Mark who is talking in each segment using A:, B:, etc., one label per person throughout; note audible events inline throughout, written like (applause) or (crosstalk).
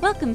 A: Welcome,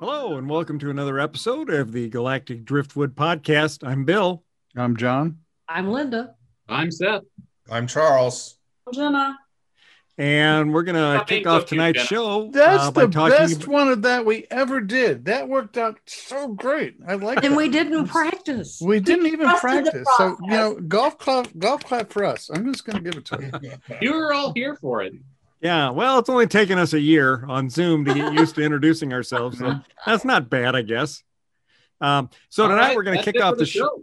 B: Hello, and welcome to another episode of the Galactic Driftwood Podcast. I'm Bill.
C: I'm John.
D: I'm Linda.
E: I'm Seth.
F: I'm Charles.
D: Jenna.
B: And we're going to kick
E: Stop being so
B: off
E: cute,
B: tonight's
E: Jenna.
B: show.
C: That's
B: uh, by
C: the
B: talking
C: best
B: ab-
C: one of that we ever did. That worked out so great. I like it.
D: And we didn't practice.
C: we didn't even
D: trusted the
C: practice. So you know,
D: process.
C: golf clap, golf clap for us. I'm just going to give it to you.
B: (laughs)
E: You were all here for it.
B: Yeah, well, it's only taken us a year on Zoom to get
D: (laughs)
B: used to introducing ourselves. So that's not bad, I guess. Um, so
E: All
B: tonight
E: right,
B: we're going to
E: that's
B: kick
E: it
B: off
E: for
B: the show.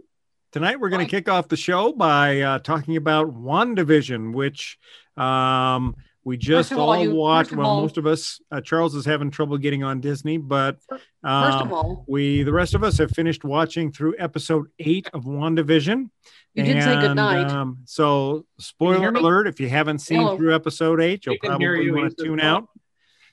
B: Tonight we're going to
E: Fine.
B: kick off the show by uh, talking about WandaVision, which um, we just
D: of
B: all,
D: all, you-
B: watched.
D: first of
B: Well,
D: all-
B: most of us. Uh, Charles is having trouble getting on Disney, but
D: First
B: um,
D: of all,
B: we the rest of us have finished watching through episode eight of WandaVision.
D: you did say good night.
B: Um, so,
E: Can you
B: spoiler
E: hear me?
B: alert: if you haven't seen
D: Hello.
B: through episode eight, you'll
E: We can hear
B: probably
E: you.
B: want
E: He's
B: to
E: just
B: tune
E: not-
B: out.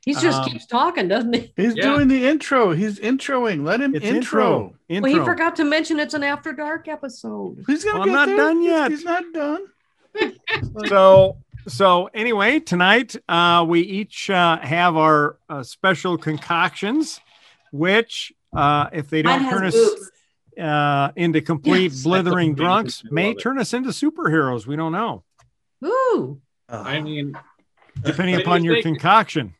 D: he just
B: um,
D: keeps talking, doesn't he?
C: He's
E: Yeah.
C: doing the intro. He's introing. Let him
B: It's
C: intro.
B: intro. Intro.
D: Well, he forgot to mention it's an after dark episode.
C: He's going
B: Well, I'm
C: to get
B: not
C: there.
B: done yet.
C: He's not done.
B: so so anyway tonight uh we each uh have our uh, special concoctions which uh if they don't turn us uh into complete
D: Yes.
B: blithering
E: That's a-
B: drunks
E: I love
B: may
E: it.
B: turn us into superheroes we don't
E: (laughs)
B: know (laughs)
D: Ooh.
C: Ah,
E: I mean,
B: depending
E: What do
B: upon
E: you
B: your
E: think?
B: concoction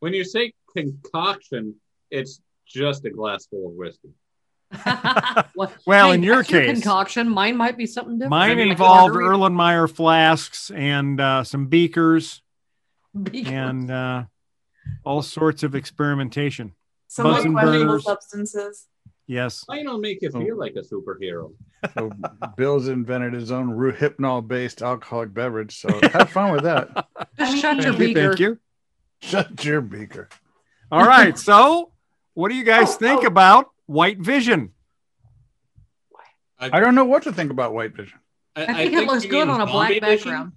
E: when you say concoction, it's just a glass full of whiskey.
D: well,
B: Well, in your
D: that's
B: case-
D: concoction, mine might be something different.
E: I
B: mine
E: mean, like a
B: involved
D: margarita.
B: erlenmeyer flasks and uh some beakers
D: (laughs) Because-
B: and uh all sorts of experimentation
G: Some like
B: Bunsen
G: questionable
B: burners.
G: substances.
B: yes
E: Mine will make you
B: Oh.
E: feel like a superhero.
C: So Bill's invented his own ru- hypnol-based alcoholic beverage. (laughs) So have fun with that.
D: Just
G: I mean-
D: shut your
B: thank you,
D: beaker.
B: thank you
C: Shut your beaker.
B: All right.
C: (laughs)
B: So, what do you guys
G: Oh,
B: think
G: oh.
B: about White Vision?
C: I don't know what to think about White Vision.
D: I think it looks
E: you
D: good
E: mean
D: on a black
E: zombie vision?
D: background.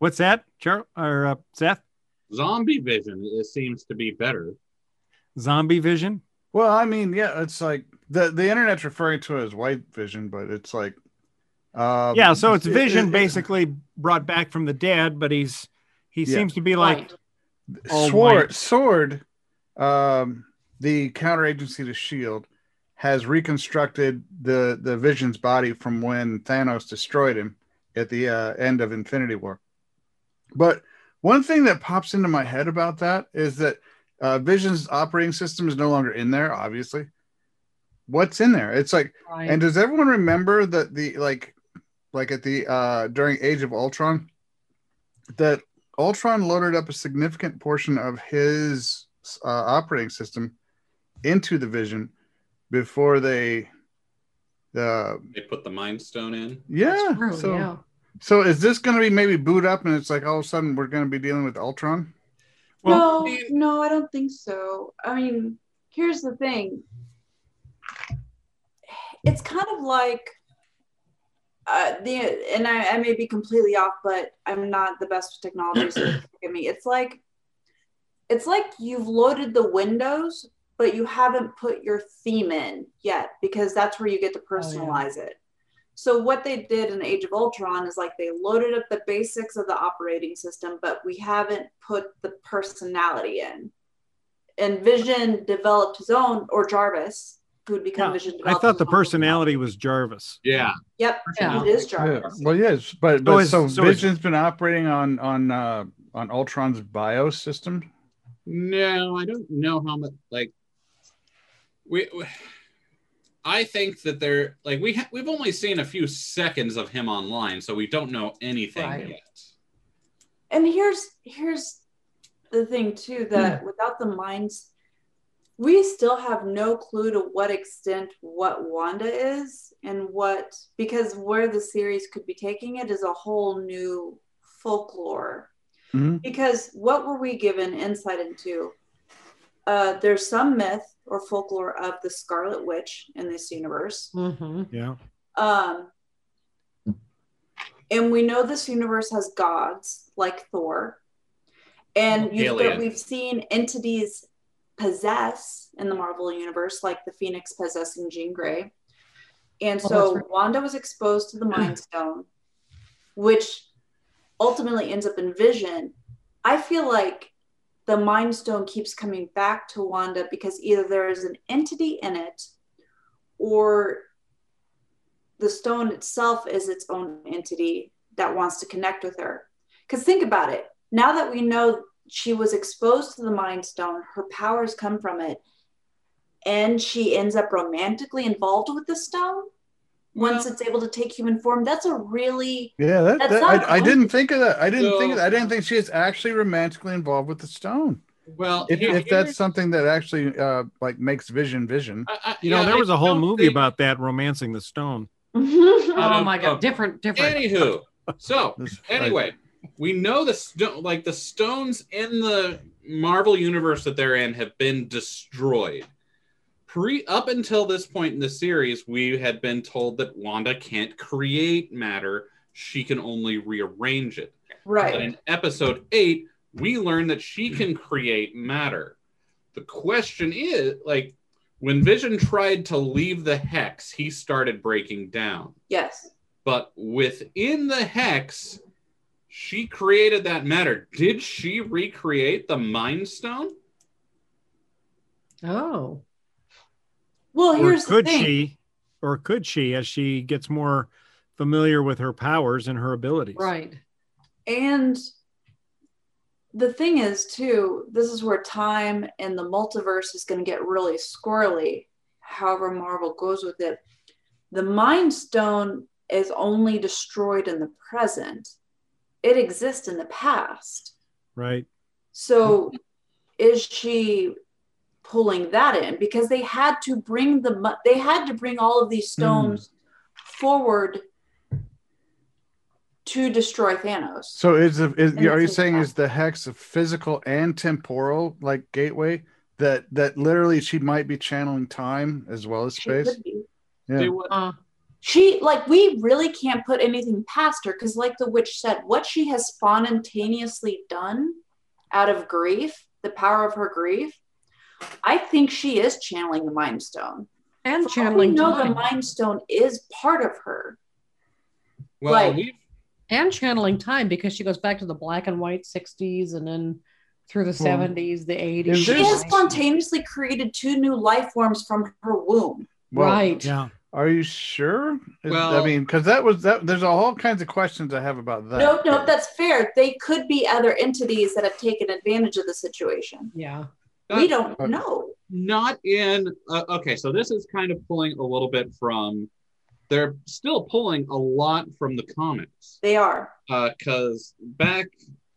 B: What's that, Char- or uh, Seth?
E: Zombie vision it seems to be better.
B: Zombie Vision?
C: Well, I mean, yeah, it's like the the internet's referring to it as White Vision, but it's like. Um,
B: yeah. So it's
C: it-
B: Vision,
C: it- it-
B: basically brought back from the dead, but he's he
C: Yeah.
B: seems to be like
D: Right.
B: all
C: Sword,
B: white.
C: Sword, um, the counteragency to Shield, E has reconstructed the the Vision's body from when Thanos destroyed him at the uh, end of Infinity War. But one thing that pops into my head about that is that uh, Vision's operating system is no longer in there. Obviously, what's in there? It's like
D: Right.
B: uh,
C: and does everyone remember that the like like at the uh during Age of Ultron that Ultron loaded up a significant portion of his uh, operating system into the Vision before they uh,
E: They put the mind stone in.
C: yeah
D: True,
C: so
D: Oh, yeah.
C: so is this going to be maybe boot up and it's like all of a sudden we're going to be dealing with Ultron
B: Well,
G: no, no, I don't think so. I mean, here's the thing. It's kind of like uh, the and I, I may be completely off, but I'm not the best with technology. So look at me, it's like it's like you've loaded the windows, but you haven't put your theme in yet because that's where you get to personalize it. So what they did in Age of Ultron is like they loaded up the basics of the operating system, but we haven't put the personality in. And Vision developed his own, or Jarvis, who'd become
B: Yeah,
G: Vision.
B: I
G: developed
B: thought
G: his
B: the
G: own.
B: personality was Jarvis.
E: Yeah.
G: Yep,
D: Yeah.
G: it is
C: yeah.
G: Jarvis.
C: well yes but, but
B: is-
C: so,
B: so is-
C: Vision's been operating on on uh on Ultron's bio system
E: No, I don't know how much. Like, we, we- I think that they're like we ha- we've only seen a few seconds of him online, so we don't know anything
D: Right.
E: yet.
G: and here's here's the thing too that without the minds we still have no clue to what extent what wanda is and what because where the series could be taking it is a whole new folklore
C: Mhm.
G: because what were we given insight into? Uh, there's some myth or folklore of the Scarlet Witch in this universe.
D: Mm-hmm.
B: Yeah.
G: Um, and we know this universe has gods like Thor, and you, that
E: Alien.
G: we've seen entities possess in the Marvel universe, like the Phoenix possessing Jean Grey. And
D: Oh,
G: so
D: that's right.
G: Wanda was exposed to the Mind Stone, which ultimately ends up in Vision. I feel like the Mind Stone keeps coming back to Wanda because either there is an entity in it or the stone itself is its own entity that wants to connect with her. Because think about it now that we know she was exposed to the mind stone, her powers come from it, and she ends up romantically involved with the stone once
E: Well-
G: it's able to take human form. That's a really
C: Yeah, that,
G: That's
C: that-
G: not-
C: I, I didn't think of that. I didn't
E: So-
C: think of that. I didn't think she is actually romantically involved with the stone.
E: Well,
C: If,
E: here-
C: if
E: here-
C: that's something that actually uh, like makes Vision Vision.
E: I- I-
B: You know,
E: yeah,
B: there
E: I
B: was a whole
E: don't
B: movie
E: think-
C: (laughs)
B: about that, romancing the stone. (laughs)
E: Um,
D: Oh my
E: um,
D: god, different, different.
E: Anywho, so
C: This-
E: anyway, we know the stone, like the stones in the Marvel universe that they're in, have been destroyed. Pre up until this point in the series, we had been told that Wanda can't create matter; she can only rearrange it. But
G: right.
E: in episode eight, we learn that she can create matter. The question is like, when Vision tried to leave the hex, he started breaking down.
G: Yes.
E: But within the hex, she created that matter. Did she recreate the Mind Stone?
D: Oh,
G: Well,
B: Or
G: here's the
B: could
G: thing.
B: she, or could she, as she gets more familiar with her powers and her abilities?
D: right.
G: And the thing is, too, this is where time and the multiverse is going to get really squirrely, however, Marvel goes with it. The Mind Stone is only destroyed in the present, it exists in the past.
B: Right.
G: So is she pulling that in because they had to bring the mo- they had to bring all of these stones forward to destroy Thanos.
C: So is, the, is
G: And
C: are you
G: it's a-
C: saying is the hex a physical and temporal like gateway that that literally she might be channeling time as well as
G: She
C: space?
G: could be.
C: Yeah.
E: They wa-
D: Uh,
G: She like we really can't put anything past her because like the witch said, what she has spontaneously done out of grief, the power of her grief, I think she is channeling the Mind Stone.
D: and
G: For all we
D: channeling
G: know
D: time.
G: the Mind Stone is part of her.
E: well,
G: Right.
E: we've,
D: and channeling time because she goes back to the black and white 60s and then through the 70s, the 80s.
C: Is
G: She
C: There's-
G: has spontaneously created two new life forms from her womb.
C: Well,
D: right.
B: Yeah.
C: Are you sure? Is-
E: Well-
C: I mean, because that was that. There's all kinds of questions I have about that.
G: No, no, that's fair. They could be other entities that have taken advantage of the situation.
D: Yeah.
G: We don't know.
E: not in. Uh, okay, so this is kind of pulling a little bit from. They're still pulling a lot from the comics.
G: They are.
E: because Uh, back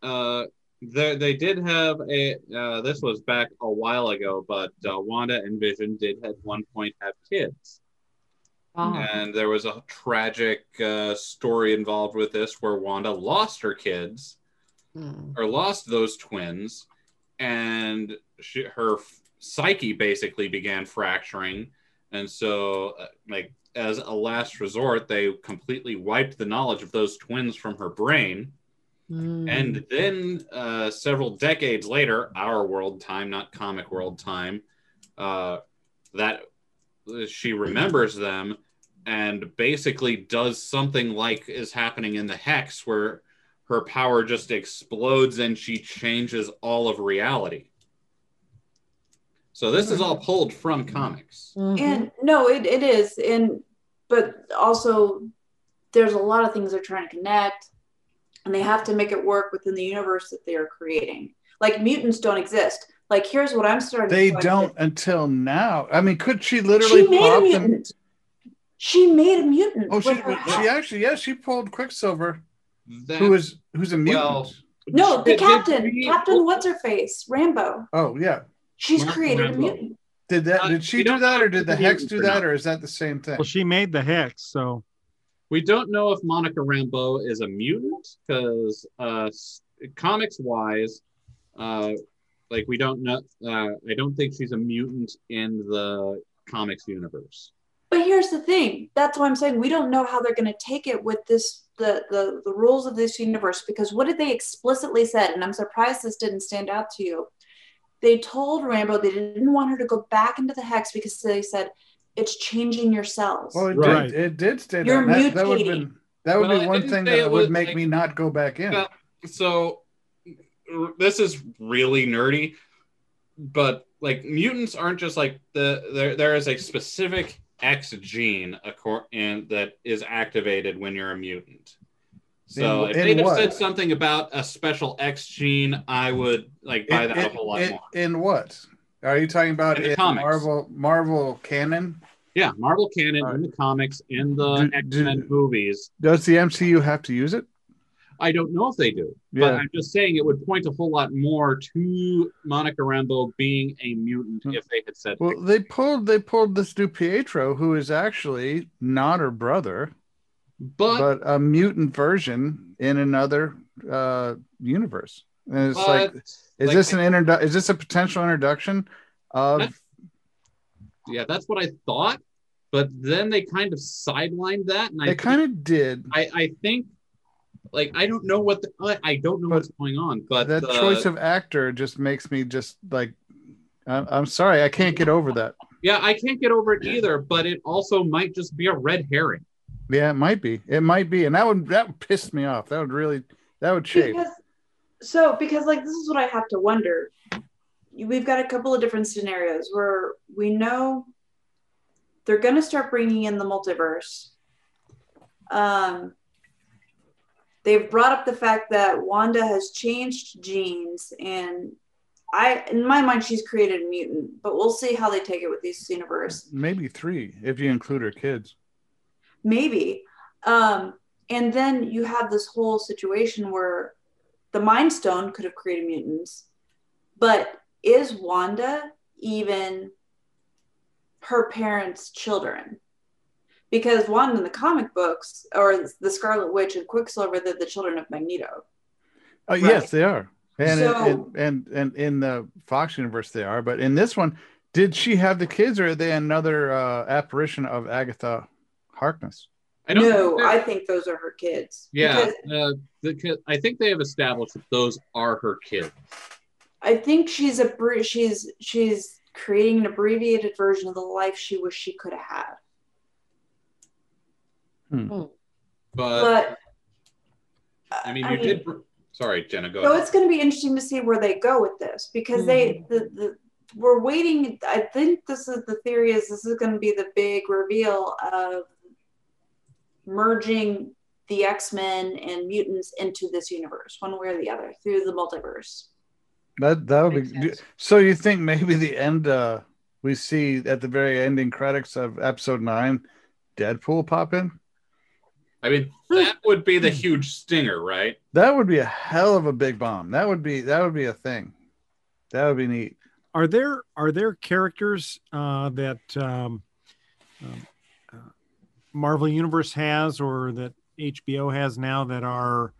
E: uh, there they did have a uh, this was back a while ago, but uh, Wanda and Vision did at one point have kids,
D: Wow.
E: and there was a tragic uh, story involved with this where Wanda lost her kids
D: Mm.
E: or lost those twins, and she, her f- psyche basically began fracturing, and so uh, like as a last resort, they completely wiped the knowledge of those twins from her brain.
D: Mm.
G: Mm-hmm.
E: And then uh, several decades later, our world time, not comic world time, uh, that uh, she remembers them and basically does something like is happening in the hex where her power just explodes and she changes all of reality. So
G: Hmm.
E: this is all pulled from comics.
C: Mm-hmm.
D: Mhm.
G: And no, it, it is. And but also there's a lot of things they're trying to connect and they have to make it work within the universe that they are creating. Like mutants don't exist. Like here's what I'm starting
C: They
G: to question.
C: don't until now. I mean, could she literally
G: She made a
C: pop them?
G: mutant. She made a mutant.
C: Oh, she
G: with her
C: she
G: help.
C: actually yeah she pulled Quicksilver,
E: That,
C: who is who's a mutant.
E: Well-
G: No, the
E: Did- did
G: captain,
E: we-
G: Captain What's her face, Rambo.
C: oh yeah,
G: She's
E: Rambo,
G: created
E: Rambo.
G: a mutant.
C: did that?
E: Uh,
C: Did she
E: we
C: do
E: don't
C: that,
E: know
C: or
E: if
C: did the
E: it's a
C: Hex
E: mutant
C: do
E: or
C: that,
E: not.
C: or is that the same thing?
B: Well, she made the hex, so
E: We don't know if Monica Rambeau is a mutant because uh, comics wise, uh, like we don't know. Uh, I don't think she's a mutant in the comics universe.
G: But here's the thing. That's why I'm saying we don't know how they're going to take it with this the, the the rules of this universe because what did they explicitly said? And I'm surprised this didn't stand out to you. They told Rambo they didn't want her to go back into the hex because they said it's changing your cells.
C: Well, it
B: Right.
C: did. It did stay
G: You're
C: down. That, that would have
G: mutating.
C: been that would
E: Well,
C: be
E: it
C: one
E: didn't
C: thing
E: say
C: that
E: it
C: would
E: was,
C: make
E: like-
C: me not go back in.
E: Well, So r- this is really nerdy, but like mutants aren't just like the there. There is a specific X gene accor- and that is activated when you're a mutant. So
C: In-
E: if
C: in
E: they'd have
C: what?
E: said something about a special X gene, I would like buy
C: In-
E: that
C: in-
E: a whole lot
C: in-
E: more.
C: In what? Are you talking about
E: In the
C: in
E: comics.
C: Marvel Marvel canon?
E: Yeah, Marvel canon in the comics, in the
C: Do-
E: X Men
C: do-
E: movies.
C: Does the MCU have to use it?
E: I don't know if they do,
C: Yeah.
E: but I'm just saying it would point a whole lot more to Monica Rambeau being a mutant
C: Hmm.
E: if they had said.
C: Well, they pulled they pulled this new Pietro, who is actually not her brother,
E: but,
C: but a mutant version in another uh, universe. And it's like,
E: but-
C: is
E: like,
C: this an introdu- Is this a potential introduction of?
E: That's- yeah? That's what I thought, but then they kind of sidelined that, and I
C: They kind of did.
E: I, I think like I don't know what the, I- I don't know
C: But
E: what's going on, but uh,
C: that
E: the-
C: choice of actor just makes me just like, I'm, I'm sorry, I can't get over that.
E: yeah, I can't get over it either. But it also might just be a red herring.
C: Yeah, it might be. It might be, and that would that would piss me off. That would really that would shake.
G: Because, so, because like this is what I have to wonder. You- We've got a couple of different scenarios where we know they're going to start bringing in the multiverse. Um, they've brought up the fact that Wanda has changed genes, and I, in my mind, she's created a mutant. But we'll see how they take it with this universe.
C: Maybe three if you include her kids.
G: maybe um and then you have this whole situation where the mind stone could have created mutants but is wanda even her parents children because wanda in the comic books or the scarlet witch and quicksilver they're the children of magneto
C: Oh
G: Right.
C: yes, they are. And,
G: So-
C: and and and in the Fox universe they are, but in this one, did she have the kids or are they another uh, apparition of Agatha Harkness?
E: I don't
G: no
E: think that-
G: i think those are her kids
E: yeah,
G: Because
E: uh, the, kid- I think they have established that those are her kids.
G: i think she's a abbre- she's she's creating an abbreviated version of the life she wished she could have had
E: But,
G: but
E: I mean, you did. br- Sorry, Jenna, go
G: So
E: ahead.
G: it's going to be interesting to see where they go with this because they the, the we're waiting. I think this is the theory is this is going to be the big reveal of merging the X Men and mutants into this universe, one way or the other, through the multiverse.
C: That that would
D: Makes
C: be
D: sense.
C: so you think maybe the end uh, we see at the very ending credits of episode nine, Deadpool pop in?
E: I mean, that would be
G: (clears throat)
E: the huge stinger, right?
C: That would be a hell of a big bomb. That would be that would be a thing. That would be neat.
B: are there are there characters uh, that um, um, uh, Marvel Universe has or that HBO has now that are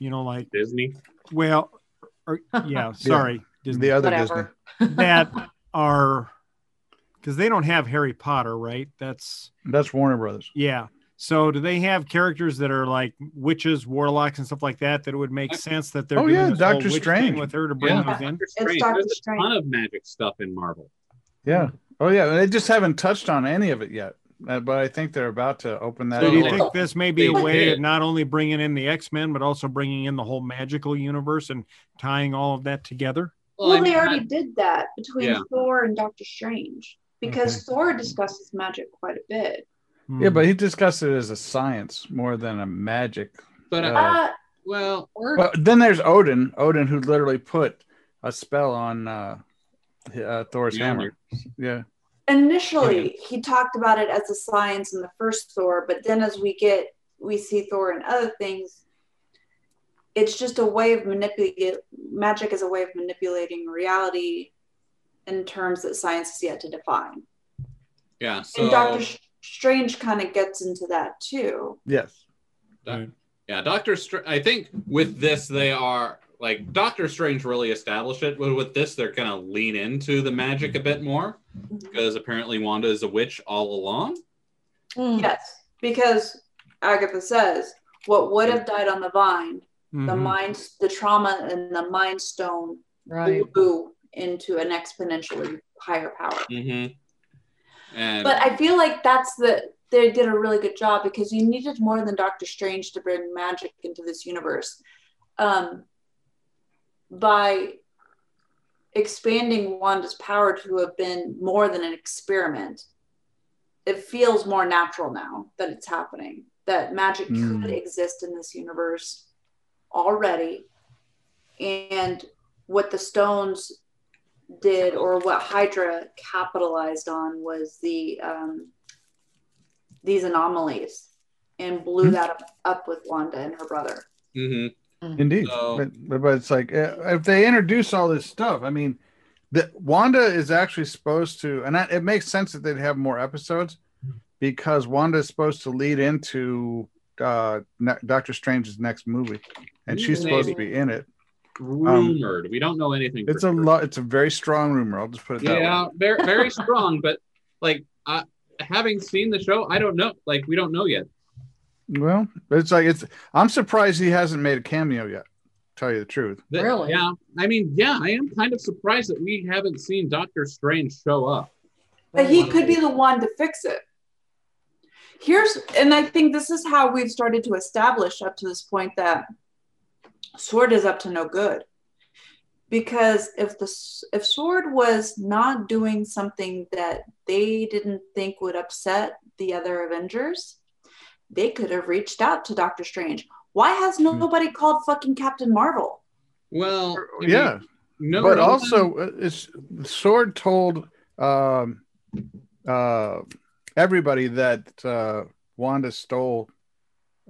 B: you know like
E: Disney.
B: well or, (laughs) yeah sorry Disney
C: The other Disney.
D: Whatever.
B: that are because they don't have Harry Potter right that's
C: That's Warner Brothers.
B: yeah so do they have characters that are like witches warlocks and stuff like that that it would make sense that they're
C: Oh,
B: doing
C: yeah,
B: this whole
C: Doctor
B: witch thing
C: Strange.
B: with her to bring
E: Yeah.
B: those in
E: Doctor Strange.
G: Doctor
E: There's a ton
G: Strange.
E: of magic stuff in Marvel.
C: Yeah. Oh yeah. They just haven't touched on any of it yet, uh, but I think they're about to open that.
B: So do you
C: up.
E: Well,
B: think this may be a
E: they
B: way
E: did.
B: of not only bringing in the X Men, but also bringing in the whole magical universe and tying all of that together?
G: Well,
E: I
G: they
E: mean,
G: already did that between
E: Yeah.
G: Thor and Doctor Strange because Thor discusses magic quite a bit.
C: yeah, but he discussed it as a science more than a magic.
E: But
C: Uh,
E: uh,
G: Uh,
E: well,
D: Or
C: But then there's Odin. Odin, who literally put a spell on uh, uh, Thor's
E: Yeah.
C: hammer. Yeah.
G: initially he talked about it as a science in the first thor but then as we get we see thor and other things it's just a way of manipulating magic is a way of manipulating reality in terms that science has yet to define
E: yeah.
G: and
E: So
G: doctor Sh- strange kind of gets into that too
C: Yes.
E: Yeah, Doctor. Str- I think with this they are like Doctor Strange really established it. But with this, they're gonna lean into the magic a bit more
G: Mm-hmm.
E: because apparently Wanda is a witch all along.
D: Mm.
G: Yes, because Agatha says what would have died on the vine, the
B: Mhm.
G: mind, the trauma, and the mind stone
D: Right.
G: blew into an exponentially higher power.
E: Mm-hmm. And
G: But I feel like that's the they did a really good job because you needed more than Doctor Strange to bring magic into this universe. Um, by expanding Wanda's power to have been more than an experiment, it feels more natural now that it's happening. That magic
C: Mm.
G: could exist in this universe already, and what the stones did or what Hydra capitalized on was the um, these anomalies and blew that up, up with Wanda and her brother.
E: Mhm.
C: Indeed,
E: So-
C: but, but but it's like uh, if they introduce all this stuff, I mean, the, Wanda is actually supposed to, and I, it makes sense that they'd have more episodes because Wanda is supposed to lead into uh, ne- Doctor Strange's next movie, and she's supposed to be in it.
E: rumored. we don't know anything.
C: It's
E: for
C: a
E: sure.
C: lo- it's a very strong rumor. I'll just put it that
E: Yeah,
C: way.
E: very very strong. But like, uh, having seen the show, I don't know. Like, we don't know yet.
C: Well, it's like it's. I'm surprised he hasn't made a cameo yet. Tell you the truth.
E: Th-
D: Really?
E: Yeah. I mean, yeah, I am kind of surprised that we haven't seen Doctor Strange show up.
G: But he could be the one to fix it. Here's, and I think this is how we've started to establish up to this point that Sword is up to no good. Because if the s- if Sword was not doing something that they didn't think would upset the other Avengers, they could have reached out to Doctor Strange. Why has nobody called fucking Captain Marvel?
E: Well, I mean,
C: Yeah.
E: no,
C: but
E: no one-
C: also uh, it's sword told um uh everybody that uh wanda stole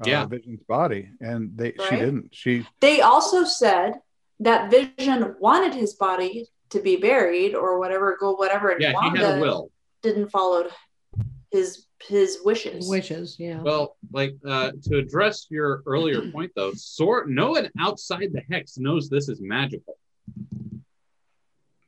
C: uh,
E: Yeah.
C: vision's body and they she
G: Right.
C: didn't she
G: They also said that Vision wanted his body to be buried or whatever, go whatever. and
E: yeah, he had a
G: Wanda-
E: will.
G: didn't follow his his wishes.
D: Wishes, yeah.
E: Well, like uh, to address your earlier
G: (clears throat)
E: point though, sort no one outside the hex knows this is magical.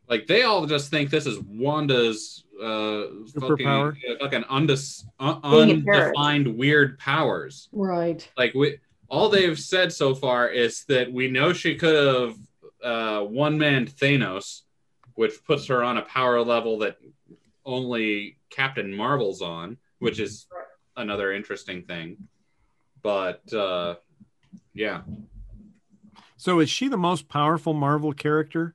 E: Like they all just think this is Wanda's uh, fucking,
B: Superpower.
E: uh, fucking undis- un-
G: Being a parrot.
E: undefined weird powers.
D: Right.
E: Like we, all they've said so far is that we know she could have uh, one man Thanos, which puts her on a power level that only Captain Marvel's on, which is another interesting thing. But uh, yeah,
B: So is she the most powerful Marvel character?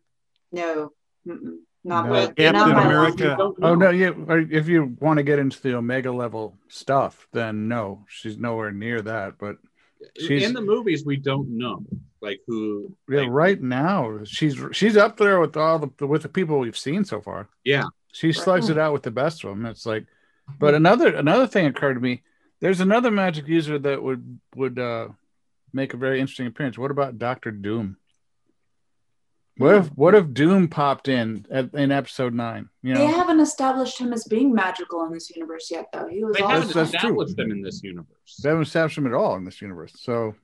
G: No, mm-mm, not
C: No.
G: by,
B: Captain
G: not by
B: America.
G: long.
C: oh no you or if you want to get into the omega level stuff then no she's nowhere near that but She's-
E: in the movies we don't know like who.
C: yeah,
E: like,
C: right now she's she's up there with all the with the people we've seen so far
E: Yeah.
C: she slugs it out with the best of them it's like but another another thing occurred to me there's another magic user that would would uh make a very interesting appearance what about dr doom what if what if doom popped in at, in episode nine you know
G: They haven't established him as being magical in this universe yet, though. He was
E: They
G: always
E: haven't
C: That's- that's true.
E: established them in this universe.
C: they haven't established him at all in this universe so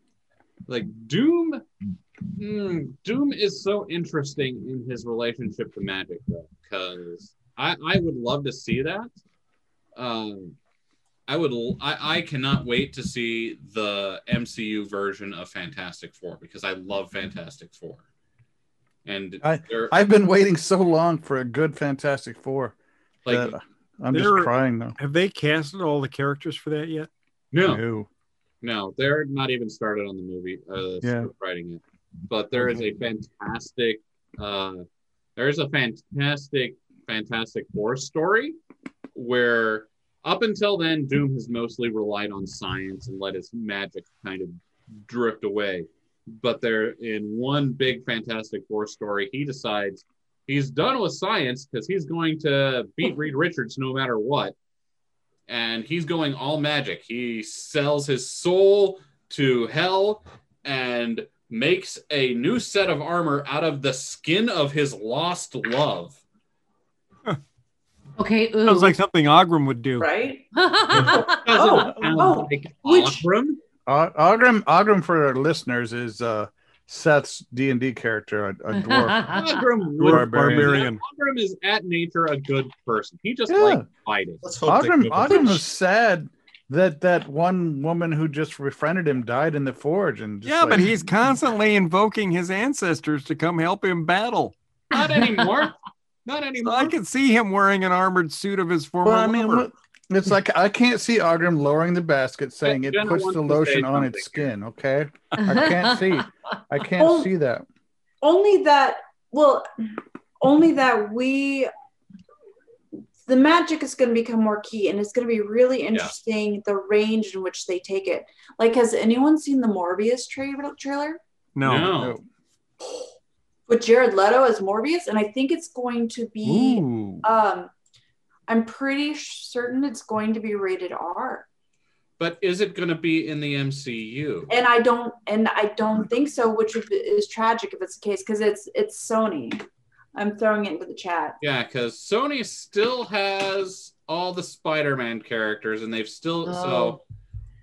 E: like Doom. hmm, Doom is so interesting in his relationship to magic, though, because I, I would love to see that. Um, I would l- I, I cannot wait to see the MCU version of Fantastic Four because I love Fantastic Four, and they're-
C: i've been waiting so long for a good fantastic four
E: like
C: that i'm just
B: They're-
C: crying though
B: Have they casted all the characters for that yet?
E: no
C: No.
E: No, they're not even started on the movie, uh,
C: Yeah.
E: script writing it. But there is a fantastic, uh, there is a fantastic, fantastic horror story where up until then, Doom has mostly relied on science and let his magic kind of drift away. But there, in one big fantastic horror story, he decides he's done with science because he's going to beat Reed Richards no matter what and he's going all magic. He sells his soul to hell and makes a new set of armor out of the skin of his lost love.
D: Okay. Ooh.
B: Sounds
D: (laughs)
B: like something Ogram would do.
G: right.
E: Doesn't
G: Oh,
E: sound
G: oh,
E: like
G: which-
E: Othram.
C: Ogrim, Ogrim for our listeners is uh, Seth's D and D character, a, a
E: (laughs)
C: dwarf.
D: That's
B: Pilgrim
C: Dwarf
B: Barbarian.
E: Ogrim is at nature a good person. He just
C: Yeah.
E: likes fighting.
F: Let's hope they
C: Ogrim,
F: give it-
C: Ogrim was sad that that one woman who just befriended him died in the forge, and just
B: Yeah,
C: like-
B: but he's constantly invoking his ancestors to come help him battle.
E: Not anymore. Not
B: So
E: anymore.
B: I could see him wearing an armored suit of his former
C: Well, I mean,
B: lover.
C: look, it's like I can't see Ogrim lowering the basket, saying it
E: Jenna
C: puts
E: wants
C: the
E: to say
C: lotion on
E: something.
C: its skin. Okay, I can't see.
E: (laughs)
C: I can't
G: Oh.
C: see that.
G: only that well only that we the magic is going to become more key and it's going to be really interesting the range in which they take it like has anyone seen the morbius tra- trailer
B: no.
E: No.
G: with jared leto as morbius and i think it's going to be
C: Ooh.
G: um i'm pretty certain it's going to be rated r
E: But is it going to be in the MCU?
G: and i don't and i don't think so which is tragic if it's the case because it's it's sony i'm throwing it into the chat
E: Yeah, because Sony still has all the Spider-Man characters, and they've still so
G: Oh.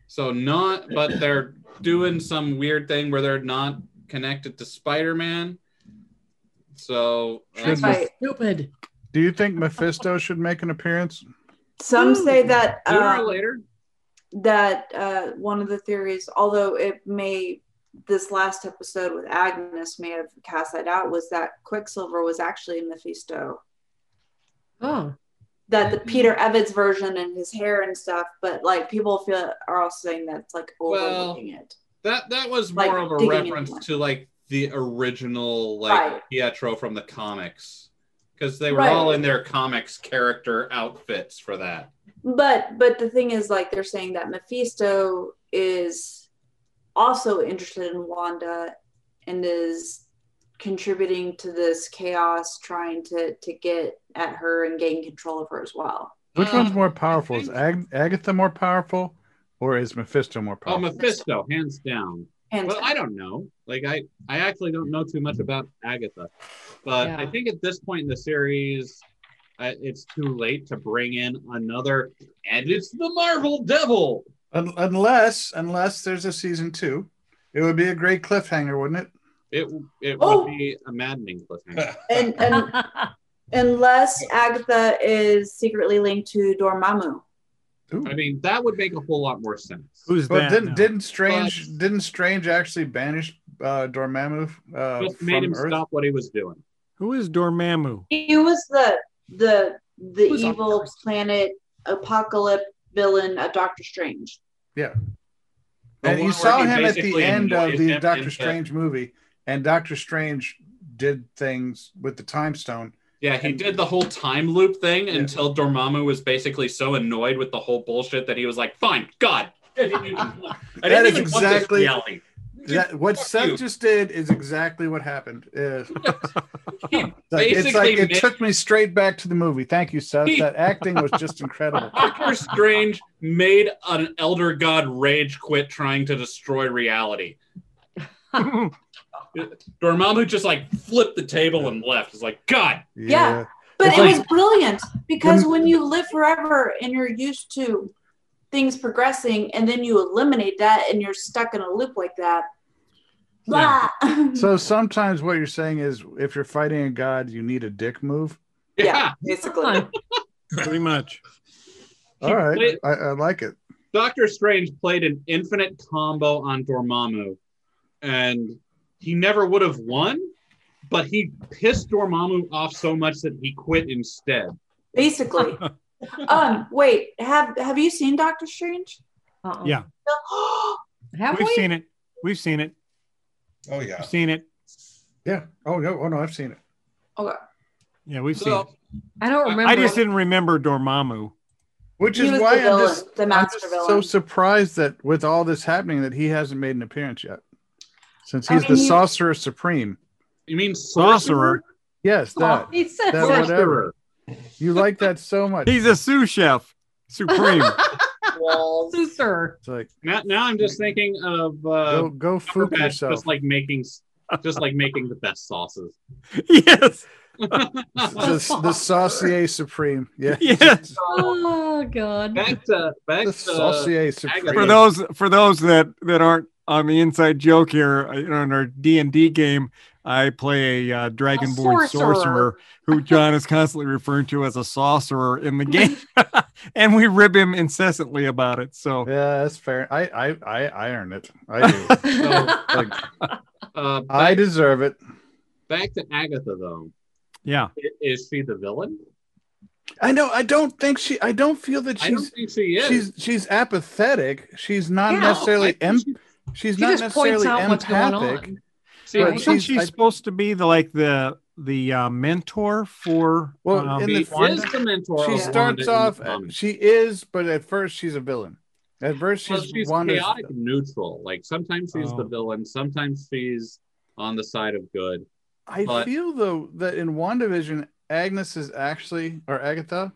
E: so not. But they're doing some weird thing where they're not connected to Spider-Man. So
D: That's
G: Right.
D: stupid.
C: Do you think Mephisto should make an appearance?
G: some say that
E: sooner
G: uh,
E: or later,
G: that uh, one of the theories, although it may this last episode with Agnes may have cast that out, was that Quicksilver was actually Mephisto.
D: Oh,
G: That
E: Mm-hmm.
G: the Peter Evans version and his hair and stuff, but like people feel are also saying that's like overlooking it.
E: that that was
G: Like,
E: more of a
G: digging
E: reference
G: into it.
E: to like the original like
G: Right.
E: Pietro from the comics, because they were
G: Right.
E: all in their comics character outfits for that.
G: But but the thing is, like they're saying that Mephisto is also interested in Wanda and is contributing to this chaos, trying to to get at her and gain control of her as well.
C: Which
E: Uh,
C: one's more powerful? Is Ag- Agatha more powerful, or is Mephisto more
E: Oh,
C: powerful?
E: Mephisto, hands down.
G: And
E: Well, I don't know. Like I, I actually don't know too much about Agatha, but I
D: Yeah.
E: think at this point in the series, I, it's too late to bring in another. And it's the Marvel Devil.
C: Un- unless, unless there's a season two, it would be a great cliffhanger, wouldn't it?
E: It it
G: Oh.
E: would be a maddening cliffhanger.
G: and,
E: (laughs) Uh-huh.
D: (laughs)
G: and unless Agatha is secretly linked to Dormammu,
C: Ooh.
E: I mean, that would make a whole lot more sense.
B: Who's
C: But
B: that?
C: didn't
B: now?
C: didn't Strange
E: But-
C: didn't Strange actually banish uh, Dormammu uh,
E: Just made him
C: from Earth?
E: stop what he was doing.
B: Who is
C: (laughs)
B: Dormammu?
G: he was the the the
D: Who's on
G: evil
D: first?
G: planet apocalypse villain of Doctor Strange.
C: And
E: The
C: you
E: one
C: saw
E: where he
C: him at the
E: basically
C: end of
E: annoys
C: the
E: him
C: Doctor
E: into-
C: Strange movie, and Doctor Strange did things with the time stone.
E: Yeah, he
C: And-
E: did the whole time loop thing
C: Yeah.
E: until Dormammu was basically so annoyed with the whole bullshit that he was like, "Fine, God." (laughs) I didn't even, I
C: That
E: didn't
C: is
E: even want this
C: exactly-
E: reality.
C: That, what
E: Fuck
C: Seth
E: you.
C: just did is exactly what happened. Uh,
E: (laughs)
C: (laughs)
E: He
C: like, it's like
E: basically
C: it
E: made-
C: took me straight back to the movie. Thank you, Seth.
E: He-
C: That acting was just
E: (laughs)
C: incredible.
E: Doctor Strange made an elder god rage quit trying to destroy reality. Dormammu just like flipped the table and left. It's like, God,
G: Yeah. But
C: It's
G: it
C: like-
G: was brilliant because
C: When-
G: when you live forever and you're used to things progressing, and then you eliminate that and you're stuck in a loop like that.
B: Yeah.
G: Blah.
C: (laughs) So sometimes what you're saying is, if you're fighting a god, you need a dick move.
G: Yeah.
E: yeah.
G: basically.
C: (laughs)
D: Come
B: Pretty much.
C: All right,
E: played-
C: I, I like it.
E: Doctor Strange played an infinite combo on Dormammu, and he never would have won, but he pissed Dormammu off so much that he quit instead.
C: (laughs)
G: basically. um, wait, have have you seen Doctor Strange?
D: on. Uh-uh.
B: Yeah.
G: (gasps)
D: Have
B: We've
D: we?
B: seen it. We've seen it.
F: Oh
B: We've
F: yeah.
B: seen it.
C: Yeah. Oh no. Oh no. I've seen it.
G: okay.
B: Yeah, we've seen
E: So,
B: it.
D: I don't remember.
B: I just didn't remember Dormammu.
C: Which
G: He
C: is
G: was
C: why
G: the
C: I'm
G: villain,
C: just,
G: the
C: I'm
G: master
C: just
G: villain.
C: so surprised that with all this happening that he hasn't made an appearance yet. Since
G: I
C: he's the
G: mean, he-
C: sorcerer supreme.
E: you mean
B: Sorcerer.
C: Yes, that.
D: (laughs) He said
C: That
D: that.
E: Sorcerer.
C: You like that so much.
B: He's a sous chef.
C: (laughs)
B: Supreme. (laughs)
D: Sucer.
C: It's like
E: Now, now I'm just thinking of uh,
C: go go
E: Cumberbatch
C: fook yourself.
E: (laughs) just like making just like making the best sauces.
B: yes.
C: the, the saucier supreme. Yeah.
B: (laughs) Yes.
D: Oh God.
E: Back to back
C: The
E: to uh,
C: saucier supreme.
B: For those for those that that aren't on the inside joke here uh, on our D and D game. I play a uh, dragonborn sorcerer.
D: sorcerer.
B: who John is constantly referring to as a sorcerer in the game, (laughs) and we rib him incessantly about it. So
C: Yeah, that's fair. I I I, I earn it. I do. (laughs)
D: (laughs)
E: So-
C: Like,
E: Uh, back,
C: I deserve it.
E: back to Agatha though.
B: yeah,
E: I- Is she the villain?
C: I know. I don't think she. I don't feel that
E: I don't
C: she's
E: think she is.
C: she's she's apathetic. She's not
D: Yeah.
E: No, I
C: necessarily
E: think
C: em-
E: she-
C: She's
D: She
C: not
D: just points
C: necessarily
D: out what's going
C: empathic.
D: on.
E: she-
C: But
B: wasn't she
C: she's- I-
B: supposed to be the like the the uh, mentor for?
C: Well,
B: um,
C: in
E: she
C: the
E: is
C: Wanda-
E: the mentor.
C: She
E: of Wanda
C: starts
E: in the
C: off.
E: comics.
C: She is, but at first she's a villain. At first
E: Well,
C: she's,
E: she's
C: Wanda's-
E: chaotic neutral. Like sometimes she's the
B: Oh.
E: villain, sometimes she's on the side of good.
C: I
E: but-
C: feel though that in WandaVision, Agnes is actually, or Agatha,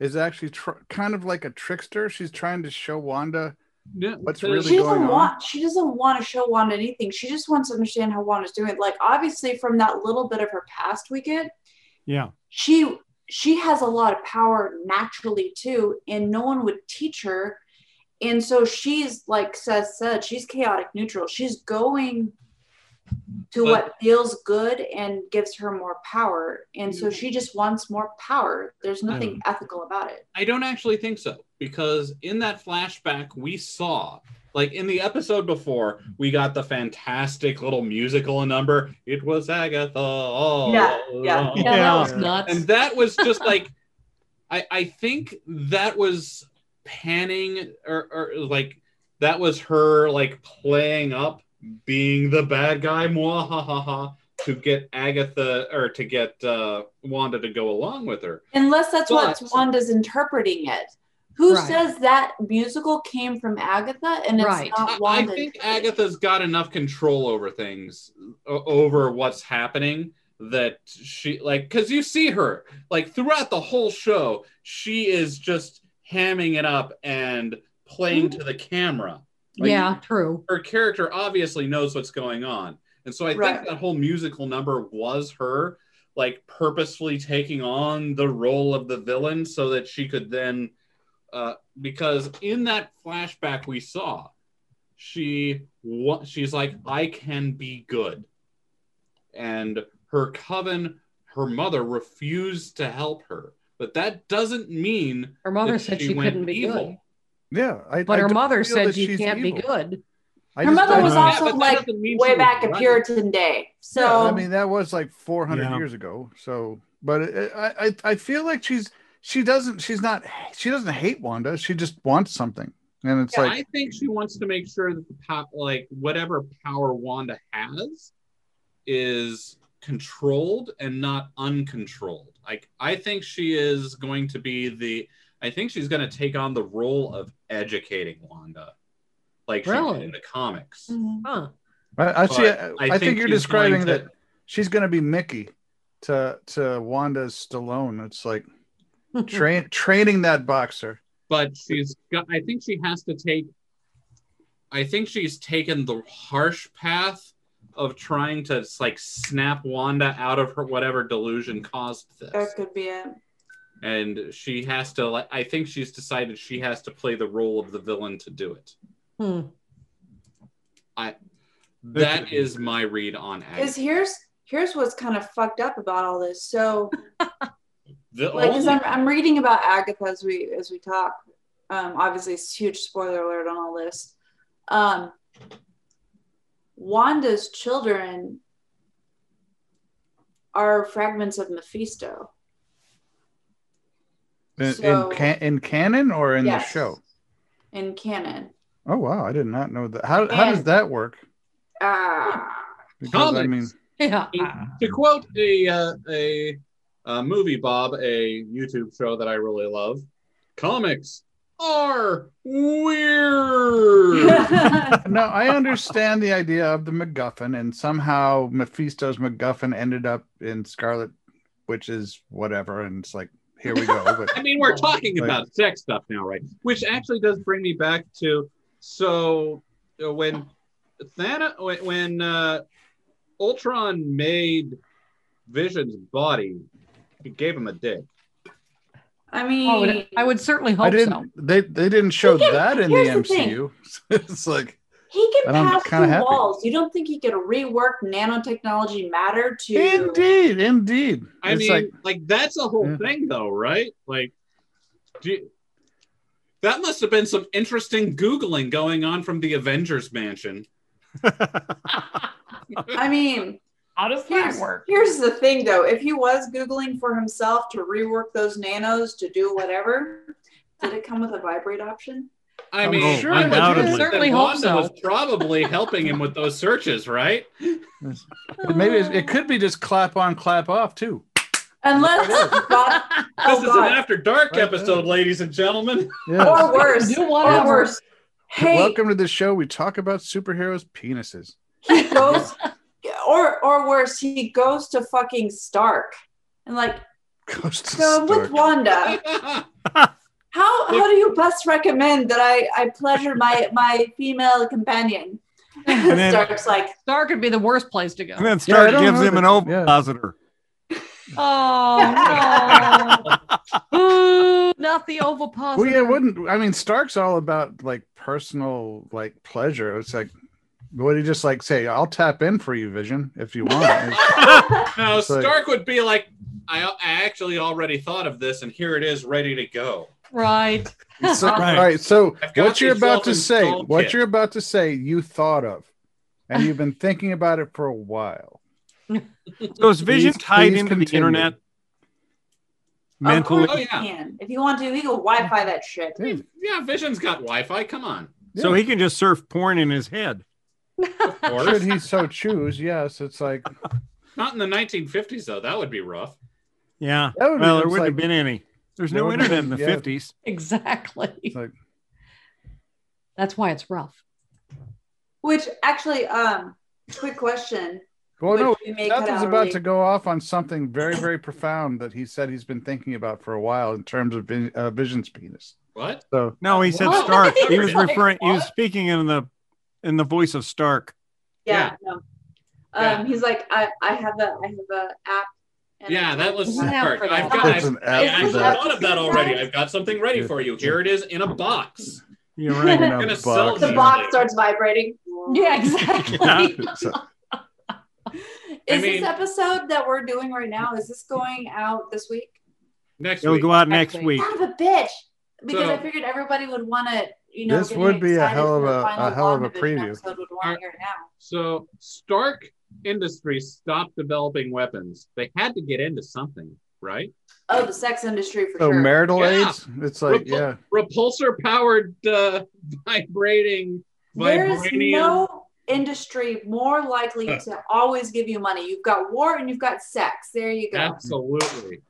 C: is actually tr- kind of like a trickster. She's trying to show Wanda.
E: Yeah,
C: What's
E: there's-
C: really
G: she
C: going
G: doesn't
C: on?
G: want she doesn't want to show Wanda anything. She just wants to understand how Wanda's doing. Like obviously from that little bit of her past we get,
B: yeah,
G: she she has a lot of power naturally too, and no one would teach her. And so she's like Seth said, she's chaotic neutral. She's going to
E: But-
G: what feels good and gives her more power. And so
E: Mm-hmm.
G: she just wants more power. There's nothing ethical about it.
E: I don't actually think so because in that flashback we saw like in the episode before we got the fantastic little musical number it was agatha all
G: Yeah, yeah.
E: along.
D: Yeah, that was
C: Yeah.
D: nuts.
E: and that was just like i i think that was panning or, or like that was her like playing up being the bad guy mwahaha to get agatha or to get uh wanda to go along with her
G: Unless that's what
E: But-
G: Wanda's interpreting it. Who
D: Right.
G: says that musical came from Agatha and it's
D: Right.
E: I-
G: not
E: I
G: Wanda?
E: think Agatha's got enough control over things, o- over what's happening, that she, like, because you see her, like, throughout the whole show, she is just hamming it up and playing to the camera. Like,
D: yeah, true.
E: Her character obviously knows what's going on. And so I
G: Right.
E: think that whole musical number was her, like, purposefully taking on the role of the villain so that she could then, uh, because in that flashback we saw, she wa- she's like i can be good and her coven her mother refused to help her but that doesn't mean
D: Her mother
E: that
D: said
E: she
D: she,
E: went
D: couldn't be
E: evil.
D: good,
C: Yeah, I,
D: but
C: I
D: her
C: don't
D: mother
C: feel
D: said
C: that
D: you
C: she's
D: can't
C: evil.
D: be good.
C: I
G: Her
C: just
G: mother
C: don't
G: was
B: know.
E: Yeah,
G: also
E: but that
G: like
E: doesn't mean she
G: way
E: was
G: back in
E: right.
G: Puritan day. So
C: Yeah, I mean that was like 400
B: Yeah.
C: years ago. So, but it, I, I I feel like she's she doesn't she's not she doesn't hate Wanda. She just wants something, and it's
E: Yeah,
C: like
E: i think she wants to make sure that the pop like whatever power wanda has is controlled and not uncontrolled like i think she is going to be the i think she's going to take on the role of educating wanda like she did
D: Really?
E: in the comics
G: Mhm.
D: Huh.
C: I, I see.
E: But
C: I,
E: I
C: think,
E: think
C: you're
E: she's
C: describing
E: going to-
C: that she's going to be Mickey to to Wanda's Stallone. It's like
G: Hmm.
C: train training that boxer.
E: but she's got i think she has to take i think she's taken the harsh path of trying to like snap wanda out of her whatever delusion caused
G: that
E: this
G: could be it.
E: and she has to like i think she's decided she has to play the role of the villain to do it
D: Hmm.
E: that is my read on
G: Is
E: Agatha.
G: here's here's what's kind of fucked up about all this. So
E: the
G: like,
E: only-
G: cause I'm, I'm reading about Agatha as we as we talk. Um, obviously, it's huge spoiler alert on all this. Um, Wanda's children are fragments of Mephisto.
C: In,
G: So-
C: in, can, in canon or in the
G: Yes.
C: show?
G: in canon.
C: Oh wow, I did not know that. How, how does
G: And-
C: that work?
G: Ah,
C: Because I mean,
E: Comics.
D: (laughs) Yeah.
E: to quote a uh, a uh, movie Bob, a YouTube show that I really love, comics are weird.
C: no, I understand the idea of the MacGuffin, and somehow Mephisto's MacGuffin ended up in Scarlet, which is whatever, and it's like here we go. But
E: I mean, we're talking
C: Right.
E: about sex stuff now, right? Which actually does bring me back to so uh, when Thana when- when uh, Ultron made Vision's body, he gave him a dick.
G: I mean,
D: Oh, I would, I would certainly
C: I
D: hope
C: didn't.
D: so.
C: They they didn't show
G: Here's-
C: that in the
G: here's the thing.
C: MCU. (laughs) it's like
G: He can
C: And I'm
G: pass
C: kinda
G: through
C: happy.
G: walls. You don't think he could rework nanotechnology matter to?
C: Indeed, indeed.
E: I
C: it's
E: mean,
C: like
E: like, that's a whole
C: Yeah.
E: thing, though, right? Like, do you- that must have been some interesting googling going on from the Avengers mansion.
G: I mean,
F: How does that
G: here's,
F: work?
G: here's the thing though. If he was googling for himself to rework those nanos to do whatever, did it come with a vibrate option?
E: I
C: I'm
E: mean,
C: sure
E: I
C: it would.
E: would think
D: Certainly
E: that
D: hope
E: Wanda
D: so.
E: was probably helping him with those searches,
D: (laughs)
E: right?
C: maybe it,
A: uh,
C: it could be just clap on, clap off too.
G: Unless God,
E: This
G: oh
E: is an
G: God,
E: after dark
C: Right
E: episode, ladies and gentlemen. (laughs)
C: Yeah.
G: or worse,
D: Do one
G: (laughs) or
D: hour.
G: worse. Hey,
C: Welcome to the show. We talk about superheroes' penises. (laughs)
G: he goes or or worse he goes to fucking stark and like
C: Ghost
G: so with wanda how how do you best recommend that i i pleasure my my female (laughs) companion
B: And then-
G: stark's like
D: Star could be the worst place to go.
C: (laughs)
B: And then
C: Yeah, I
B: Stark
C: don't
B: gives
C: know
B: him an
C: that-
B: ovipositor.
D: Oh no!
C: (laughs)
D: Ooh, not the oval pause.
C: Well, yeah, it wouldn't I mean Stark's all about like personal like pleasure. It's like would he just like say, I'll tap in for you, Vision, if you want? It's-
E: no,
C: It's like-
E: Stark would be like, I, I actually already thought of this, and here it is, ready to go.
D: Right.
C: it's like,
B: Right.
C: All right, so
E: I've got
C: what you're
E: these
C: about to say,
E: self-installed
C: what
E: kits.
C: you're about to say, you thought of, and you've been thinking about it for a while.
B: So is Vision
C: Please-
B: tied
C: please
B: into the
C: continue.
B: internet?
G: of
B: Mentally,
G: course
E: Oh,
G: you
E: yeah.
G: can if you want to you can wi-fi that shit
C: Yeah.
E: Yeah, Vision's got Wi Fi. Come on.
B: so he can just surf porn in his head.
E: Of
C: (laughs)
E: course.
C: Should he so choose? Yes, it's like
E: Not in the 1950s, though. That would be rough.
B: Yeah.
C: That would be-
B: well, there
C: it's
B: wouldn't have
C: like-
B: been any. There's
C: There
B: no
C: wouldn't
B: internet
C: have
B: in the
C: been- yeah.
B: fifties.
D: Exactly.
C: Like-
D: That's why it's rough.
G: which actually um quick question
C: well, Oh, no,
G: which we may cut
C: Nothing's
G: out
C: about
G: early.
C: to go off on something very, very profound that he said he's been thinking about for a while in terms of vi- uh, Vision's penis.
E: What?
C: So
B: No, he said
D: What?
B: Stark. He was
D: Like,
B: referring. He was
D: what?
B: speaking in the in the voice of Stark.
G: yeah, no. um
E: Yeah.
G: he's like i i have a i have a app and
E: Yeah, that was
D: Isn't that
E: Stark.
D: for
E: I've
D: that?
E: got,
C: that's
E: I've,
C: an app
E: I
C: for
E: (laughs)
G: Isn't
C: that.
E: thought of that already. I've got something ready for you. Here it is in a box.
B: You're
C: In (laughs)
B: right.
C: a
E: gonna
C: box.
E: sell
G: the box starts vibrating (laughs)
D: Yeah, exactly.
B: Yeah.
C: So-
G: Is
E: I mean-
G: this episode that we're doing right now? Is this going out this week?
E: Next
B: It'll
E: week.
B: go out
D: Next
B: next
D: week.
B: week.
G: Son of a bitch! Because
E: So-
G: I figured everybody would want to, you know.
C: This
G: getting
C: would be a
G: excited
C: hell of
G: for
C: a-
G: the final
C: a hell of a
G: WandaVision
C: preview.
G: Episode would want to hear now.
E: So Stark Industries stopped developing weapons. They had to get into something, right?
G: Oh, the sex industry for
C: so
G: sure.
C: marital
E: Yeah.
C: aids? It's like,
E: (laughs)
C: yeah.
E: Repulsor powered uh, (laughs) vibrating
G: there is
E: vibranium.
G: no industry more likely
E: Huh.
G: to always give you money. You've got war and you've got sex. There you go.
E: Absolutely.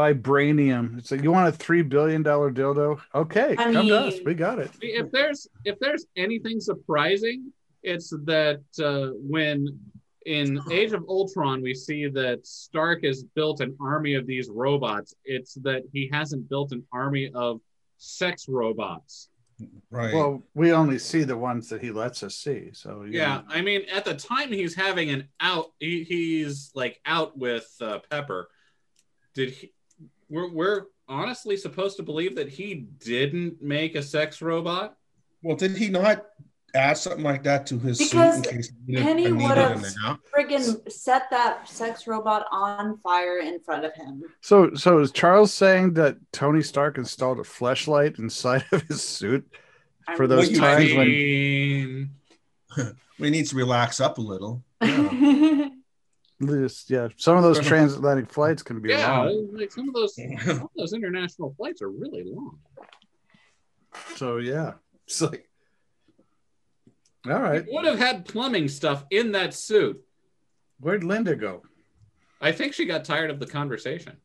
C: Vibranium. It's like, you want a $3 billion dildo? Okay,
G: I
C: come
G: mean-
C: to us. We got it.
E: If there's if there's anything surprising, it's that uh, when in Age of Ultron we see that Stark has built an army of these robots. It's that he hasn't built an army of sex robots.
H: Right.
C: Well, we only see the ones that he lets us see. So, you
E: Yeah,
C: know.
E: I mean, at the time he's having an out, he, he's like out with uh, Pepper. Did he? We're, we're honestly supposed to believe that he didn't make a sex robot.
H: well, did he not add something like that to his
G: Because
H: suit in case he needed-
G: Penny
H: I needed
G: would've-
H: it now?
G: Friggin' set that sex robot on fire in front of
C: (laughs)
G: him.
C: So, so is Charles saying that Tony Stark installed a fleshlight inside of his suit?
G: I'm-
C: For those
H: Well, you
C: times when
E: mean,
H: He needs to relax up a
G: (laughs)
H: little.
E: Mm.
C: This, yeah, some of those transatlantic flights can be
E: yeah,
C: long.
E: like some
C: (laughs)
E: of those some of those international flights are really long.
C: So yeah, it's like, all right,
E: Would have had plumbing stuff in that suit.
C: where'd Linda go?
E: I think she got tired of the conversation.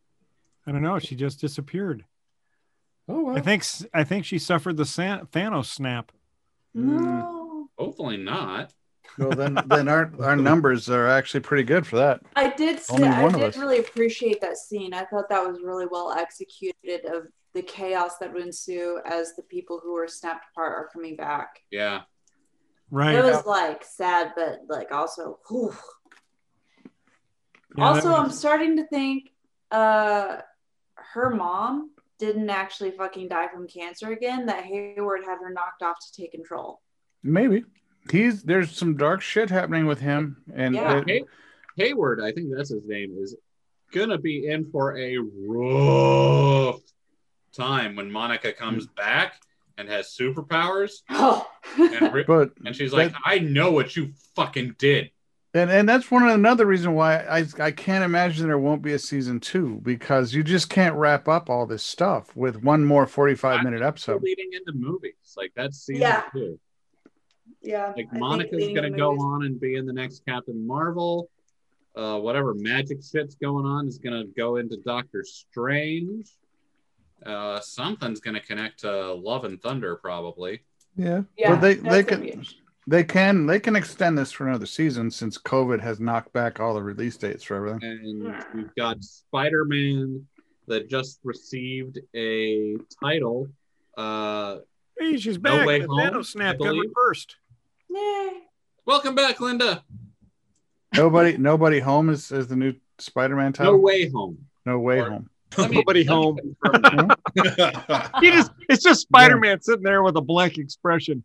B: I don't know. She just disappeared.
C: Oh, well.
B: I
C: (laughs)
B: think. s- I think she suffered the San- Thanos snap.
C: Mm.
G: no.
E: Hopefully not.
C: well, then, then our our numbers are actually pretty good for that.
G: I did. See,
C: Only
G: I
C: one of
G: did
C: us.
G: really appreciate that scene. I thought that was really well executed of the chaos that would ensue as the people who were snapped apart are coming back.
E: Yeah.
B: Right.
G: it was like sad, but like also. whew.
B: Yeah, that
G: also, I'm
B: was-
G: starting to think uh, her mom didn't actually fucking die from cancer again. That Hayward had her knocked off to take control.
C: Maybe he's there's some dark shit happening with him, and
G: Yeah.
C: it-
E: Hay- Hayward, I think that's his name, is gonna be in for a rough time when Monica
C: Hmm.
E: comes back and has superpowers,
G: (laughs) Oh.
C: (laughs)
E: and, re-
C: but
E: and she's like,
C: That-
E: "I know what you fucking did."
C: and and that's one another reason why I I can't imagine there won't be a season two because you just can't wrap up all this stuff with one more forty five minute
E: So
C: episode.
E: leading into movies, like that's season
G: Yeah.
E: two.
G: yeah. I
E: Like
G: think
E: Monica's
G: leading
E: gonna
G: the
E: go
G: movies-
E: on and be in the next Captain Marvel. Uh, whatever magic shit's going on is gonna go into Doctor Strange. Uh, something's gonna connect to Love and Thunder probably.
C: Yeah,
G: Yeah,
C: but they
G: that's
C: they
G: gonna be
C: can they can they can extend this for another season since COVID has knocked back all the release dates for everything.
E: and
G: Yeah.
E: we've got Spider-Man that just received a title. Uh,
B: Hey, she's
E: No
B: back.
E: Way
B: the
E: Home,
B: nano snap
E: I
B: got
E: believe.
B: reversed.
G: Yay.
E: welcome back, Linda.
C: Nobody nobody home is, is the new Spider Man
E: No
C: title.
E: way home.
C: No way
E: Or-
C: home.
E: Let
B: (laughs)
E: me-
B: Nobody
E: let me
B: home.
E: confirm that.
B: (laughs) He just it's just Spider Man sitting there with a blank expression.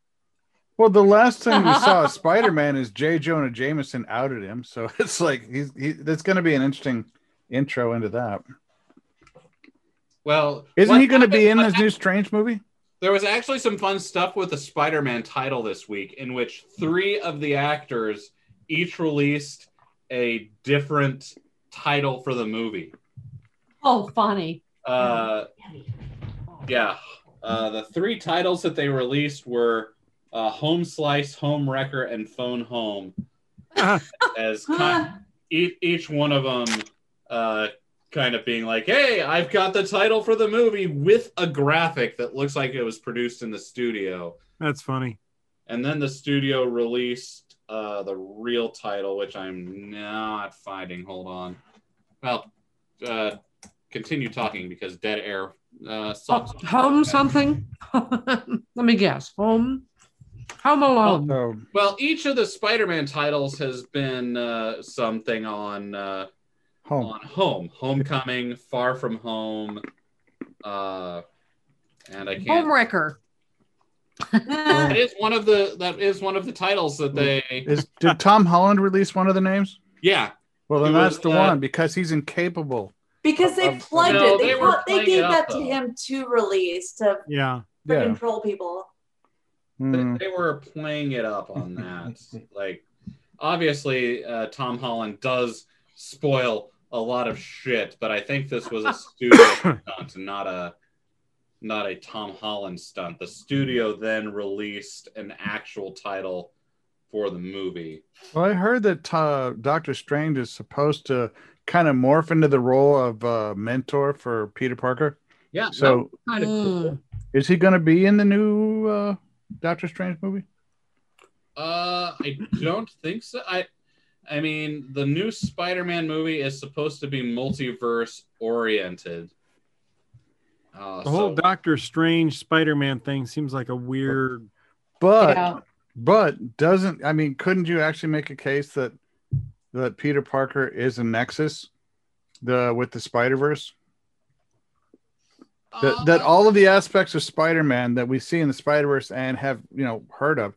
C: Well, the last time we
E: (laughs)
C: saw Spider Man is J. Jonah Jameson outed him, so (laughs) it's like he's he, that's going to be an interesting intro into that.
E: well,
C: Isn't
E: what
C: he going to be in
E: happened-
C: this new Strange movie?
E: There was actually some fun stuff with the Spider-Man title this week, in which three of the actors each released a different title for the movie.
D: (laughs) Oh, funny.
E: Uh,
D: Mm-hmm.
E: yeah. Uh, the three titles that they released were uh, Home Slice, Home Wrecker, and Phone Home. as kind,
G: Huh.
E: each, each one of them uh, kind of being like, hey, I've got the title for the movie with a graphic that looks like it was produced in the studio.
B: That's funny.
E: And then the studio released uh, the real title, which I'm not finding. Hold on. Well, uh, continue talking because dead air uh, sucks.
D: Oh, Home something? (laughs) Let me guess. Home. Home
E: Oh.
D: alone.
C: So
E: Well, each of the Spider-Man titles has been uh, something on uh, (laughs)
C: home.
E: on home, homecoming, far from home, uh, and I can't.
D: Homewrecker.
E: That is one of the that is one of the titles that they.
C: Is did Tom Holland release one of the names?
E: Yeah,
C: Well, then
E: It was,
C: that's the
E: uh,
C: one because he's incapable.
G: because they
C: Um,
G: plugged
E: no,
G: it. They,
E: they
G: put-
E: were
G: they
E: playing
G: gave
E: it up,
G: that to
E: though.
G: him to release to
B: Yeah.
G: for
C: Yeah.
G: control people.
C: Mm.
E: they were playing it up on that. like, obviously, uh, Tom Holland does spoil a lot of shit, but I think this was a studio stunt, not a not a Tom Holland stunt. The studio then released an actual title for the movie.
C: Well, I heard that uh, Doctor Strange is supposed to kind of morph into the role of uh, mentor for Peter Parker.
E: Yeah,
C: So
E: kind of cool.
C: Is he going to be in the new uh, Doctor Strange movie?
E: Uh, I don't think so. I, I mean, the new Spider-Man movie is supposed to be multiverse oriented. Uh,
B: The whole
E: so-
B: Doctor Strange Spider Man thing seems like a weird.
C: But
D: Yeah.
C: but doesn't I mean couldn't you actually make a case that that Peter Parker is a Nexus the with the Spider Verse that
E: Uh,
C: that all of the aspects of Spider Man that we see in the Spider Verse and have you know heard of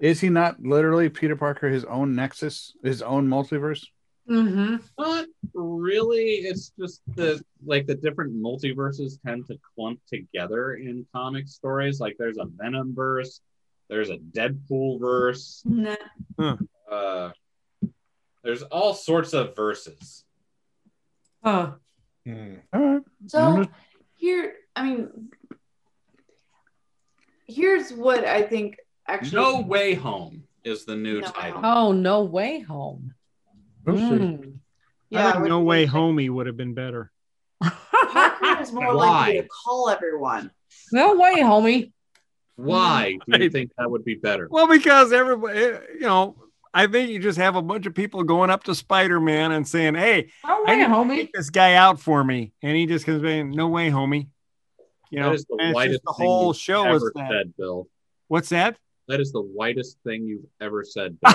C: is he not literally Peter Parker his own Nexus his own multiverse?
D: (laughs) Mm-hmm.
E: not really. It's just the like the different multiverses tend to clump together in comic stories. Like there's a Venom verse, there's a Deadpool verse.
G: (laughs) Nah.
E: Uh, there's all sorts of verses.
D: Uh,
H: (laughs) Hmm.
C: All right, I'm
G: So
C: just-
G: here, I mean, here's what I think actually.
E: No way home is the new
G: No Way
E: title.
G: Home.
D: oh, no way home.
C: we'll see.
D: Mm.
B: I
D: (laughs)
G: Yeah,
B: think
G: would-
B: No Way Homey would have been better.
G: Parker is more likely to call everyone.
D: no way, homie.
E: Why do you
B: Right.
E: think that would be better?
B: Well, because everybody, eh, you know, I think you just have a bunch of people going up to Spider Man and saying, "Hey, I
D: No way,
B: need to
D: homie.
B: take this guy out for me," and he just comes in, "No way, homie." You
E: That
B: know,
E: is the
B: and it's
E: whitest
B: just the
E: thing
B: whole
E: you've
B: show is
E: Ever
B: that.
E: said, Bill.
B: What's
E: (coughs)
B: that?
E: That is the whitest thing you've ever said.
B: (laughs)
E: Bill.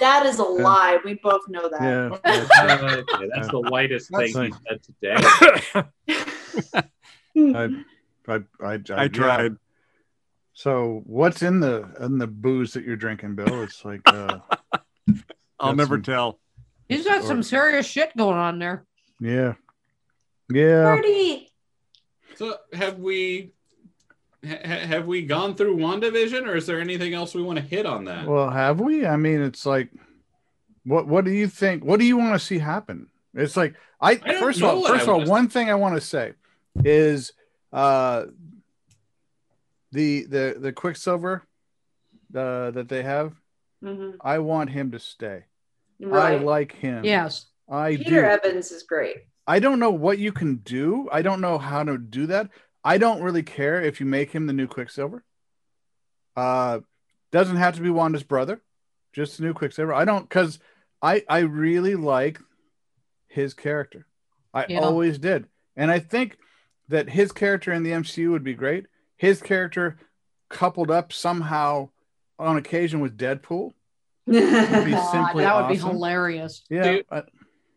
G: That is a lie. We both know that.
C: yeah.
E: Uh, okay, that's the whitest
C: That's
E: thing you
C: like-
E: said today.
C: I I I, I
B: I
C: yeah.
B: tried.
C: So what's in the in the booze that you're drinking, Bill? It's like uh,
B: I'll
C: Got
B: never
C: some-
B: tell.
D: He's got some serious shit going on there.
C: yeah, yeah.
G: Party.
E: So have we ha- ha- have we gone through WandaVision or is there anything else we want to hit on that?
C: Well, have we? I mean, it's like, what what do you think? What do you want to see happen? It's like I,
E: don't
C: first of
E: know
C: all,
E: what
C: first
E: I
C: of all,
E: wanna-
C: one thing I want to say is uh the the the Quicksilver uh, that they have.
G: hmm
C: I want him to stay. I
G: Right.
C: like him.
D: Yes.
C: I
G: Peter
C: do.
G: Evans is great.
C: I don't know what you can do. I don't know how to do that. I don't really care if you make him the new Quicksilver. Uh, doesn't have to be Wanda's brother, just the new Quicksilver. I don't because I I really like his character. I
D: Yeah.
C: always did, and I think that his character in the MCU would be great. His character coupled up somehow on occasion with Deadpool. would
G: (laughs)
C: be
D: God,
C: simply
D: that would be
C: awesome.
D: hilarious.
C: Yeah,
E: Dude.
C: I-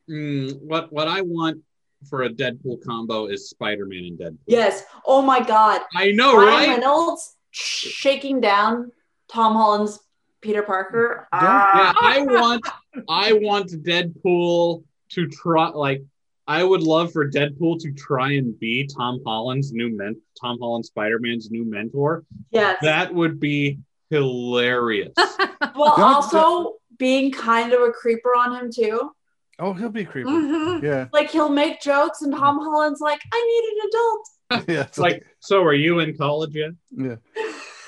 E: Mm, what what I want for a Deadpool combo is Spider-Man and Deadpool.
G: yes. Oh my God.
E: I know,
G: Ryan
E: right?
G: Reynolds sh- shaking down Tom Holland's Peter Parker.
C: Yeah.
E: Yeah,
G: Ah.
E: I (laughs) want I want Deadpool to try like I would love for Deadpool to try and be Tom Holland's new men Tom Holland Spider-Man's new mentor.
G: Yes.
E: That would be (laughs) hilarious.
G: well,
C: Don't-
G: also being kind of a creeper on him too.
C: oh, he'll be creepy.
D: (laughs) Mhm.
C: Yeah, (laughs)
G: Like he'll make jokes, and Tom Holland's like, "I need an adult."
C: yeah. It's
E: like, so are you in college yet?
C: yeah.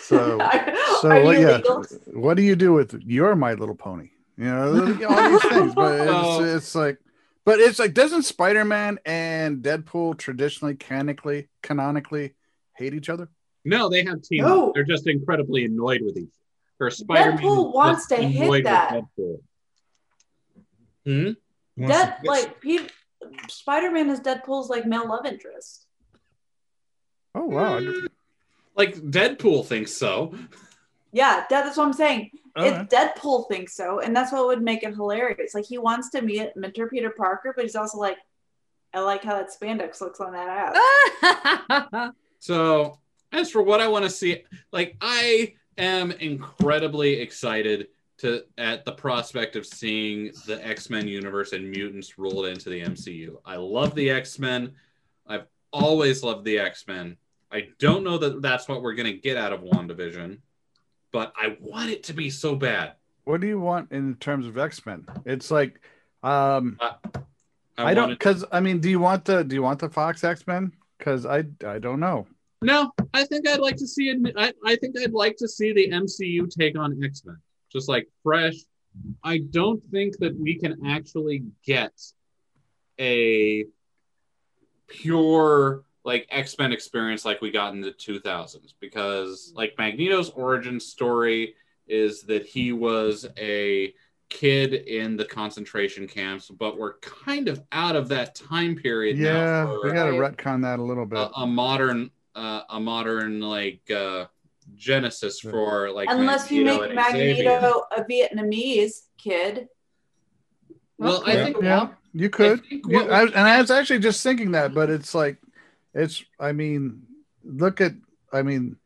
C: So-
G: (laughs) Are-
C: so
G: are
C: what,
G: you
C: yeah,
G: legal?
C: what do you do with your My Little Pony? You know, you know, all these things. But it's,
E: Oh.
C: it's like, but it's like, doesn't Spider Man and Deadpool traditionally, canonically, canonically hate each other?
E: No, they have team.
G: No.
E: They're just incredibly annoyed with each other. Or Spider-Man is
G: Deadpool wants
E: just
G: to hit
E: annoyed with
G: that.
E: Deadpool. Hmm?
H: Once
G: Dead
H: it-
G: like he, Spider-Man is Deadpool's like male love interest.
C: Oh wow! I
E: Mm.
C: d-
E: Like Deadpool thinks so.
G: Yeah, that, that's what I'm saying.
C: all
G: If
C: right.
G: Deadpool thinks so, and that's what would make it hilarious. Like he wants to meet mentor Peter Parker, but he's also like, I like how that spandex looks on that ass.
C: Oh.
E: So, as for what I want to see, like I am incredibly excited to at the prospect of seeing the X-Men universe and mutants rolled into the MCU. I love the X-Men. I've always loved the X-Men. I don't know that that's what we're going to get out of WandaVision, but I want it to be so bad.
C: What do you want in terms of X Men? It's like, um, I,
E: want
C: don't
E: it-
C: because I mean, do you want the do you want the Fox X Men? Because I I don't know.
E: No, I think I'd like to see it. I, I think I'd like to see the MCU take on X Men, just like fresh. I don't think that we can actually get a pure like X Men experience like we got in the 2000s because like Magneto's origin story is that he was a kid in the concentration camps, but we're kind of out of that time period
C: Yeah,
E: now. for- Uh-uh.
C: we gotta
D: Right.
C: retcon that a little bit.
E: a, a modern uh, a modern like uh, genesis
C: Yeah.
E: for like
G: Unless you
E: Magneto
G: make
E: and Xavier.
G: Magneto a Vietnamese kid.
E: Well, I
C: Yeah,
E: think
C: yeah,
E: well,
C: you
E: I
C: could.
E: think
C: Yeah,
E: what-
C: I, was- and I was actually just thinking that, but it's like, it's. I mean, look at. I mean,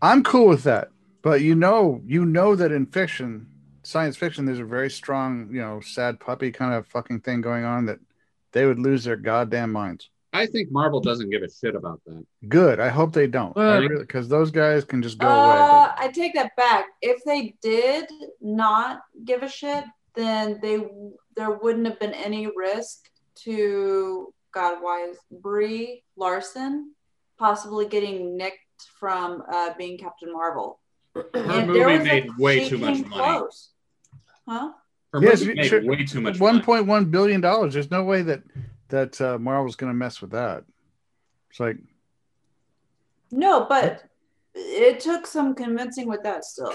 C: I'm cool with that, but you know, you know that in fiction, science fiction, there's a very strong, you know, sad puppy kind of fucking thing going on that they would lose their goddamn minds.
E: I think Marvel doesn't give a shit about that.
C: Good. I hope they don't,
D: Good.
C: because those guys can just go away.
G: Uh, I take that back. If they did not give a shit, then they there wouldn't have been any risk to God wise Brie Larson possibly getting nicked from uh, being Captain Marvel.
E: Her
G: And there
E: movie
G: was,
E: made
G: like,
E: way
G: she
E: too much
G: came
E: money.
G: close. Huh?
E: Her
C: Yes,
E: movie
C: you-
E: made
C: sure.
E: way too much
C: One
E: money.
C: point one billion dollars. There's no way that that uh, Marvel's going to mess with that. It's like,
G: No, but it took some convincing with that still.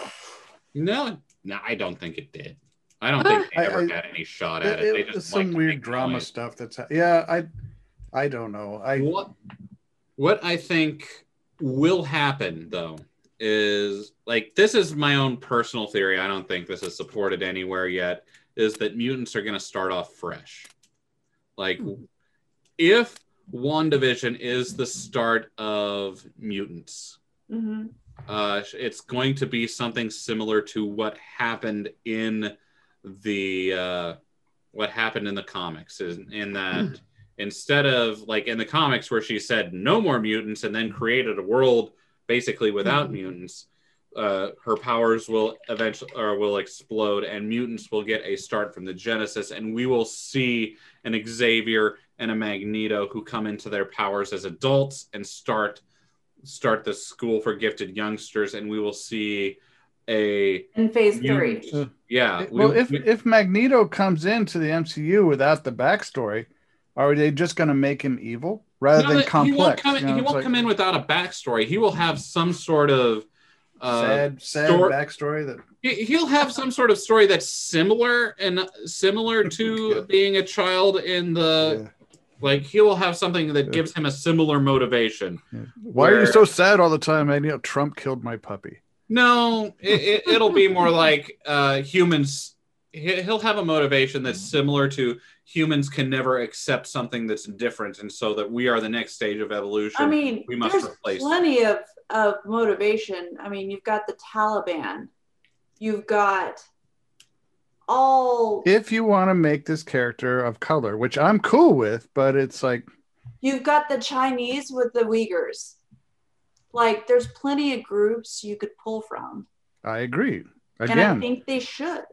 E: No, no, I don't think it did. I
C: (sighs)
E: don't think they
C: I-
E: ever
C: I-
E: had any shot at it.
C: It-
E: They
C: it-
E: just
C: it's
E: like
C: some
E: to
C: weird
E: make
C: drama
E: noise.
C: stuff that's yeah i i don't know i
E: what what I think will happen though is like this is my own personal theory. I don't think this is supported anywhere yet. Is that mutants are going to start off fresh? Like, if WandaVision is the start of mutants,
G: hmm
E: Uh, it's going to be something similar to what happened in the uh, what happened in the comics, in, in that instead of like in the comics where she said no more mutants and then created a world basically without mutants, uh, her powers will eventually or will explode and mutants will get a start from the Genesis and we will see an Xavier and a Magneto who come into their powers as adults and start start the school for gifted youngsters and we will see a
G: in phase three.
E: mutant- yeah we-
C: well, if
E: we-
C: if Magneto comes into the MCU without the backstory, are they just going to make him evil rather
E: No,
C: than
E: but He won't,
C: complex?
E: come, in-
C: You know,
E: he
C: it's
E: won't
C: like
E: come in without a backstory. He will have some sort of. Uh,
C: sad, sad
E: stor-
C: backstory that
E: he- he'll have some sort of story that's similar and
C: (laughs)
E: similar to
C: Yeah.
E: being a child in the like. He will have something that
C: Yeah.
E: gives him a similar motivation.
C: Yeah. Why are you
E: Where-
C: so sad all the time, Magneto? Trump killed my puppy.
E: No, it, it, it'll be more like uh, humans. he- He'll have a motivation that's
C: Mm-hmm.
E: similar to humans can never accept something that's different, and so that we are the next stage of evolution.
G: I mean,
E: We must
G: there's
E: replace them.
G: plenty of, of motivation. I mean, you've got the Taliban, you've got all,
C: If you want to make this character of color, which I'm cool with, but it's like
G: you've got the Chinese with the Uyghurs. Like, there's plenty of groups you could pull from,
C: I agree.
G: and I
C: Again,
G: think they should.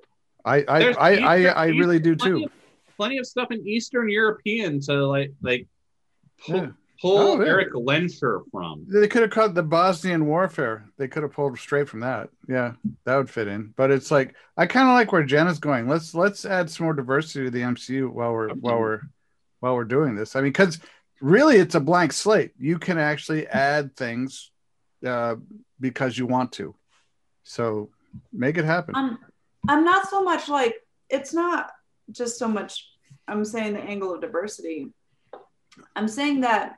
C: I I,
E: There's
C: I, I,
E: Eastern-
C: I really do
E: plenty
C: too.
E: Of, plenty of stuff in Eastern European to like like pull,
C: Yeah.
E: pull
C: Oh, yeah.
E: Eric Lensher from.
C: They could have called the Bosnian warfare. They could have pulled straight from that. Yeah, that would fit in. But it's like I kind of like where Jen is going. Let's let's add some more diversity to the MCU while we're while we're while we're doing this. I mean, because really it's a blank slate. You can actually add things uh, because you want to. So make it happen.
G: I'm I'm not so much like it's not just so much I'm saying the angle of diversity. I'm saying that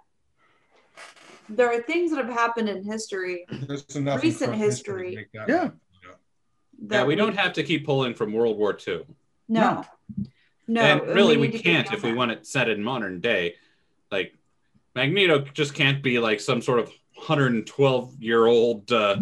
G: there are things that have happened in history
H: There's enough
G: Recent
H: current
G: history.
H: to make that
C: Yeah.
H: happen, you know.
G: that
E: Yeah, we don't have to keep pulling from World War II.
G: no no
E: and really, we,
G: need to get
E: can't
G: beyond
E: if we
G: that.
E: want it set in modern day. Like Magneto just can't be like some sort of 112 year old uh,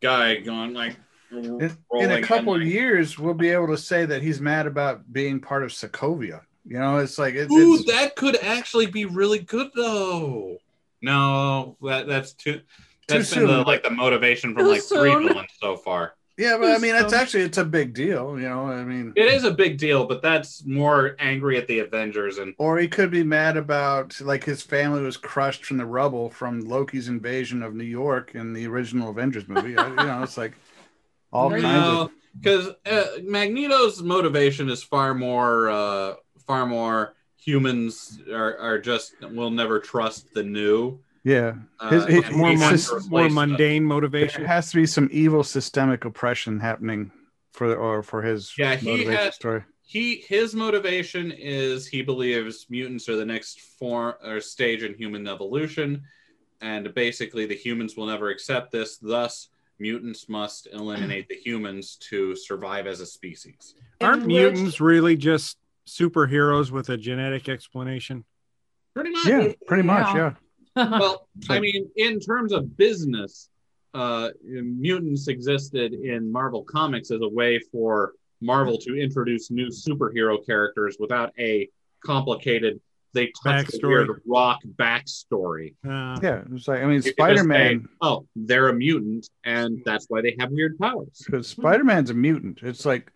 E: guy going like.
C: In, in
E: rolling
C: a couple
E: like,
C: years, we'll be able to say that he's mad about being part of Sokovia. You know, it's like it,
E: Ooh,
C: it's
E: that could actually be really good though. No, that that's too. That's
C: Too
E: been the,
C: soon.
E: like the motivation from
D: Too
E: like three
D: soon.
E: villains so far.
C: yeah, but I mean, it's actually it's a big deal. You know, I mean,
E: It is a big deal, but that's more angry at the Avengers and
C: or he could be mad about like his family was crushed from the rubble from Loki's invasion of New York in the original Avengers movie. I- you know, it's like all
D: There you
C: kinds of
E: because uh, Magneto's motivation is far more uh, far more humans are, are just will never trust the new.
C: yeah.
E: Uh,
C: His- his-
E: and
B: more,
E: we
B: mon-
E: have
C: his-
E: to replace
B: more
E: them.
B: mundane
C: There
B: motivation.
C: has to be some evil systemic oppression happening for or for his
E: Yeah, he
C: motivation
E: has-
C: story.
E: he his motivation is he believes mutants are the next form or stage in human evolution and basically the humans will never accept this thus mutants must eliminate the humans to survive as a species
B: Aren't
G: And
B: mutants really just superheroes with a genetic explanation?
E: pretty much
C: Yeah, pretty much.
D: Yeah.
C: Yeah. (laughs)
E: well i mean in terms of business uh, mutants existed in marvel comics as a way for marvel to introduce new superhero characters without a complicated they touch the
B: Backstory.
E: weird rock backstory
B: Uh,
C: Yeah. It's like I mean,
E: You could just
C: Spider Man.
E: say, Oh, they're a mutant, and that's why they have weird powers.
C: Because Spider Man's a mutant. It's like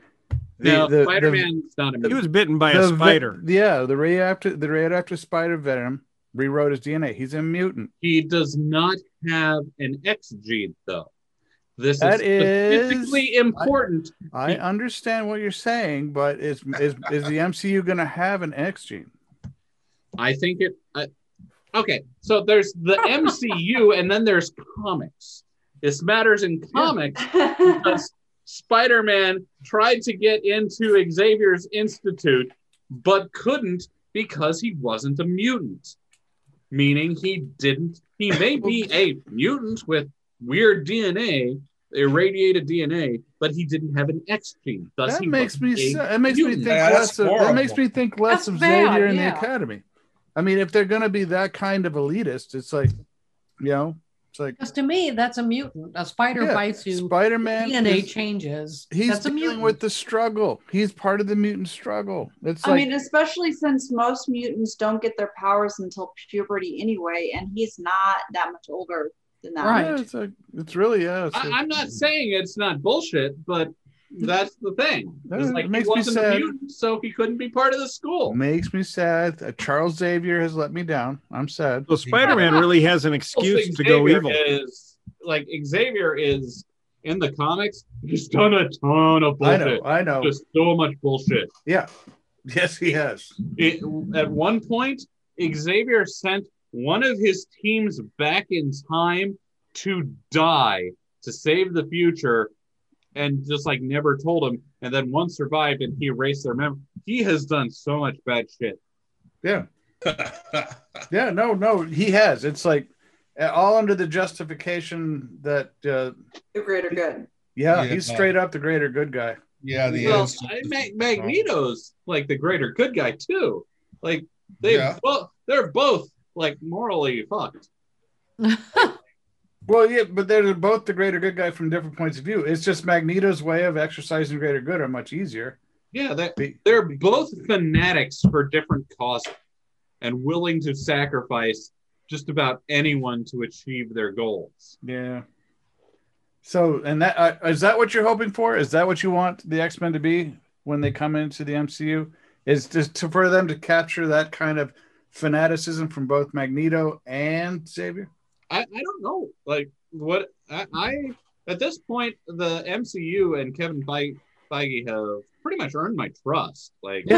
C: the,
E: No,
C: the- the-
E: Spider Man's not a
B: he
E: mutant.
B: was bitten by
C: the
B: a
C: ve-
B: spider.
C: yeah, the radioactive the radioactive spider venom rewrote his DNA. He's a mutant.
E: He does not have an X gene, though. This
C: That
E: is
C: is-
E: statistically important.
C: I
E: He-
C: understand what you're saying, but is is is the MCU going to have an X gene?
E: I think it. I okay, so there's the
C: (laughs)
E: MCU, and then there's comics. This matters in comics
G: (laughs)
E: because Spider-Man tried to get into Xavier's Institute, but couldn't because he wasn't a mutant. Meaning he didn't. He may
C: (laughs)
E: be a mutant with weird DNA, irradiated DNA, but he didn't have an X gene. Thus,
C: That
E: he
C: makes me
E: wasn't a-
C: se- it makes me think
E: mutant.
H: Yeah,
C: less
H: that's
C: of, that
H: horrible.
C: makes me think less
D: That's
C: of
D: bad,
C: Xavier and
D: yeah.
C: the Academy. I mean, if they're going to be that kind of elitist, it's like, you know, It's like
D: Because to me, that's a mutant. A spider
C: Yeah,
D: bites you.
C: Spider Man.
D: DNA changes.
C: He's
D: that's a
C: dealing
D: mutant.
C: with the struggle. He's part of the mutant struggle. It's
G: I
C: like
G: mean, especially since most mutants don't get their powers until puberty anyway, and he's not that much older than that.
D: Right.
C: Yeah, it's like it's really yeah. It's
E: I,
C: like-
E: I'm not saying it's not bullshit, but that's the thing.
C: That
E: It's like
C: makes
E: he
C: me
E: wasn't a
C: sad.
E: mutant, so he couldn't be part of the school.
C: makes me sad. Uh, Charles Xavier has let me down. I'm sad.
B: So Spider Man really has an excuse to go
E: Xavier
B: evil.
E: Is, like Xavier is in the comics. He's done a ton of
C: I
E: bullshit.
C: know. I know.
E: Just so much bullshit.
C: yeah. Yes, he has.
E: It, at one point, Xavier sent one of his teams back in time to die to save the future, and just like never told him. And then one survived, and he erased their memory. He has done so much bad shit.
C: Yeah.
H: That's
C: Yeah. No. No. He has. It's like uh, all under the justification that uh,
G: The greater good.
C: yeah,
H: Yeah.
C: he's straight up the greater good guy.
H: (laughs) yeah, the
E: well,
H: answer.
E: I, Mag- Magneto's like the greater good guy too. Like they
H: Yeah.
E: both, they're both like morally fucked.
C: Well, yeah, but they're both the greater good guy from different points of view. It's just Magneto's way of exercising greater good are much easier.
E: Yeah, they
C: Be-
E: they're both fanatics for different causes and willing to sacrifice just about anyone to achieve their goals.
C: Yeah. So, and that uh, is that what you're hoping for? Is that what you want the X Men to be when they come into the MCU? Is just to, for them to capture that kind of fanaticism from both Magneto and Xavier?
E: I, I don't know. Like what I, I at this point the MCU and Kevin Feige, Feige have pretty much earned my trust. Like
G: (laughs)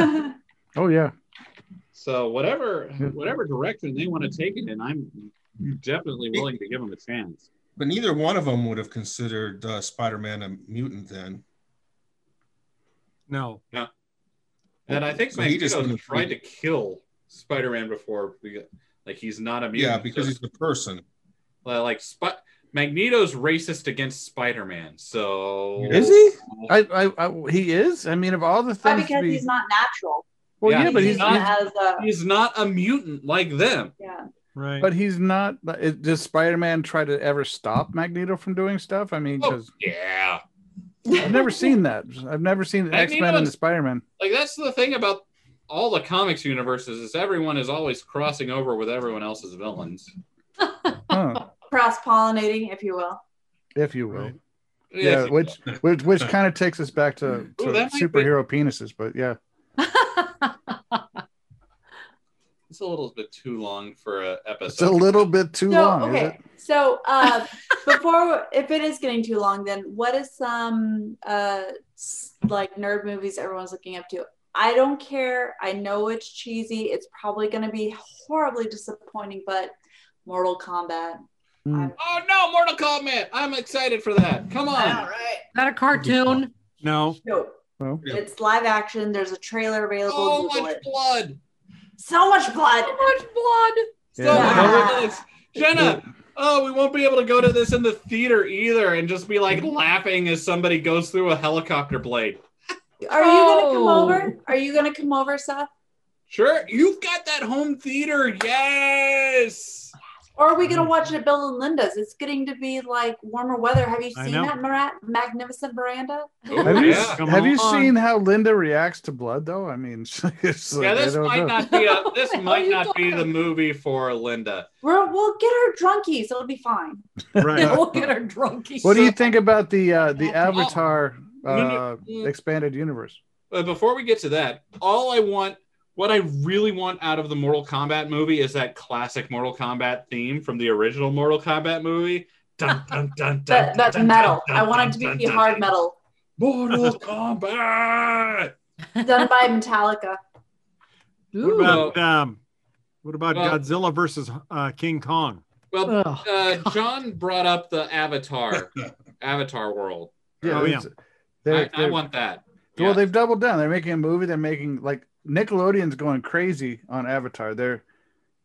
C: Oh yeah,
E: So whatever
C: Yeah.
E: whatever direction they want to take it in, I'm definitely willing to give them a chance.
H: But neither one of them would have considered uh, Spider-Man a mutant then.
B: No.
E: And I think
H: So he
E: Magneto's
H: just wouldn't-
E: tried to kill Spider-Man before, because- like he's not a
H: Yeah,
E: mutant.
H: because
E: so-
H: he's a person.
E: uh, like Sp- Magneto's racist against Spider-Man. So
C: is he? I, I, I he is. I mean, of all the
G: Why?
C: things, to
G: Because
C: be-
G: he's not natural.
C: well, yeah,
E: Yeah,
C: but he's,
E: not-
C: he's-
G: as a
E: he's not a mutant like them.
G: yeah.
B: Right.
C: but he's not. but it- Does Spider Man try to ever stop Magneto from doing stuff? I mean,
E: Oh.
C: because
E: Yeah.
C: I've never seen that. I've never seen the X Men and
E: Magneto's-
C: the Spider Man.
E: Like that's the thing about all the comics universes is everyone is always crossing over with everyone else's villains.
C: Huh,
G: Cross pollinating, if you will.
C: if you will.
B: Right.
C: yeah, which which which kind of takes us back to, to
E: Ooh, that might be-
C: superhero penises, but yeah,
E: It's a little bit too long for a episode.
C: it's a little bit too
G: so
C: long. is
G: okay.
C: it?
G: So uh, (laughs) before, if it is getting too long, then what is some uh, s- like nerd movies everyone's looking up to? I don't care. I know it's cheesy. It's probably going to be horribly disappointing, but Mortal Kombat.
C: Mm.
E: Oh no, Mortal Kombat! I'm excited for that. Come on.
G: right.
D: Not a cartoon.
C: (laughs)
B: No.
G: No,
C: Well,
G: it's live action. There's a trailer available.
E: So
G: Google
E: much
G: it.
E: blood.
G: So much blood.
D: So much blood.
E: So
G: Yeah.
E: much blood. Jenna, oh, we won't be able to go to this in the theater either and just be like laughing as somebody goes through a helicopter blade.
G: Are you going to come
D: Oh.
G: over? Are you going to come over, Seth?
E: Sure, you've got that home theater. Yes.
G: Or are we going to watch it at Bill and Linda's? It's getting to be like warmer weather. Have you
B: I
G: seen
B: know.
G: that Marat, magnificent veranda?
E: Ooh,
C: have you
E: Oh, yeah.
B: Come
C: have you
B: on.
C: seen how Linda reacts to blood though? I mean, (laughs) it's like,
E: Yeah,
C: I
E: this
C: don't know.
E: might not be a, this
D: What are
E: might
D: you
E: not be
D: talking
E: the movie for Linda.
G: We're, we'll get her drunkies. It'll be fine.
D: (laughs)
B: Right.
D: Look at her drunkie.
C: What do you think about the uh, the Avatar uh,
E: No, no, mm.
C: expanded universe?
E: But before we get to that, all I want, what I really want out of the Mortal Kombat movie is that classic Mortal Kombat theme from the original Mortal Kombat movie.
G: (laughs)
E: Dun, dun, dun, dun,
G: That, that
E: dun,
G: metal.
E: dun,
G: I
E: dun,
G: want it
E: dun,
G: to be
E: dun,
G: hard
E: dun.
G: metal (laughs)
E: Mortal Kombat.
G: done by Metallica.
B: What
D: Ooh.
B: about um, what about
E: Well-
B: Godzilla versus uh, King Kong?
E: Well,
D: Ugh.
G: Oh,
E: uh, John brought up the
G: (laughs)
E: Avatar, Avatar world.
B: Oh, yeah.
C: it's-
E: I,
C: they're-
E: I
C: they're-
E: want that.
C: Well,
E: Yeah.
C: they've doubled down. They're making a movie. They're making like Nickelodeon's going crazy on Avatar. They're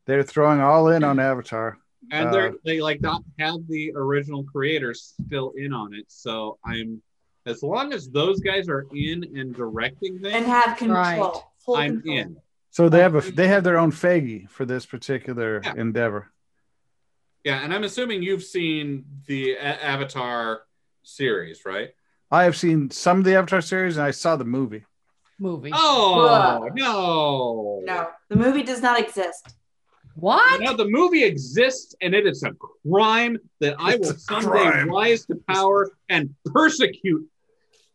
C: they're throwing all in on Avatar.
E: and they're
C: Uh,
E: they like not have the original creators still in on it. So I'm as long as those guys are in and directing
G: And
E: things,
G: have control.
D: Right.
G: Full
E: I'm
G: control.
E: in.
C: So they have a they have their own Faggy for this particular
E: Yeah.
C: endeavor.
E: Yeah, and I'm assuming you've seen the A- Avatar series, right?
C: I have seen some of the Avatar series, and I saw the movie.
D: movie.
E: Oh
G: Whoa.
E: no,
G: No, the movie does not exist. (laughs)
D: What?
E: Now the movie exists, and it is a crime that I
C: It's
E: will
C: a
E: someday
C: crime.
E: rise to power and persecute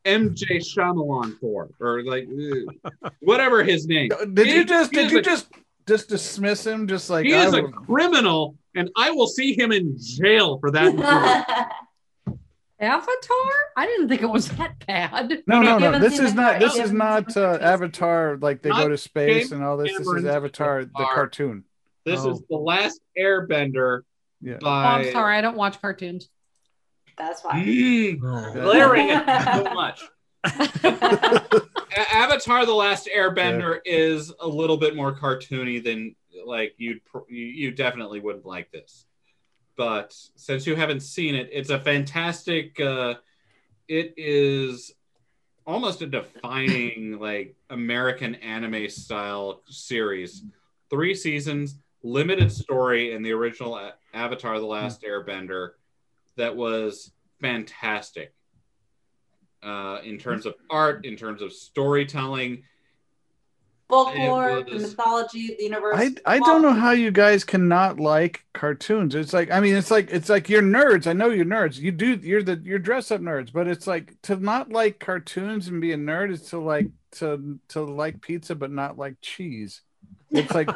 E: MJ Shyamalan for, or
C: (laughs)
E: like eh, whatever his name.
C: Did
E: He-
C: you just
E: he
C: did
E: is
C: you
E: a-
C: just just dismiss him? Just like
E: he
C: I
E: is a
C: would-
E: criminal, and I will see him in jail
D: (laughs)
E: for that. movie.
D: Avatar? I didn't think it was that bad.
C: no, no, no.
G: Haven't
C: This
G: seen
C: is
G: the
C: not.
G: movie.
C: This is
G: Haven't
C: not
G: seen the
C: uh,
G: movie.
C: Avatar. Like they go
E: Not
C: to space
E: James
C: and all this. This is
E: Cameron's
C: Avatar, the
E: Avatar.
C: cartoon.
E: This is
B: Oh.
E: the last Airbender.
C: Yeah.
D: Oh,
E: By
D: I'm sorry, I don't watch cartoons. (laughs)
G: That's why.
E: (laughs) Mm,
C: Yeah. (laughs)
E: glaring at me so much. A- Avatar: The Last Airbender is a little bit more cartoony than like you'd pr- you you definitely wouldn't like this, but since you haven't seen it, it's a fantastic. Uh, it is almost a defining like American anime style series, three seasons, limited story in the original A- Avatar: The Last Airbender, that was fantastic uh, in terms of art, in terms of storytelling.
G: Folklore,
E: It
G: the
E: was-
G: mythology, the universe.
C: I, I don't know how you guys cannot like cartoons. It's like I mean, it's like it's like you're nerds. I know you're nerds. You do you're the you're dress up nerds, but it's like to not like cartoons and be a nerd is to like to to like pizza but not like cheese. It's
E: (laughs)
C: like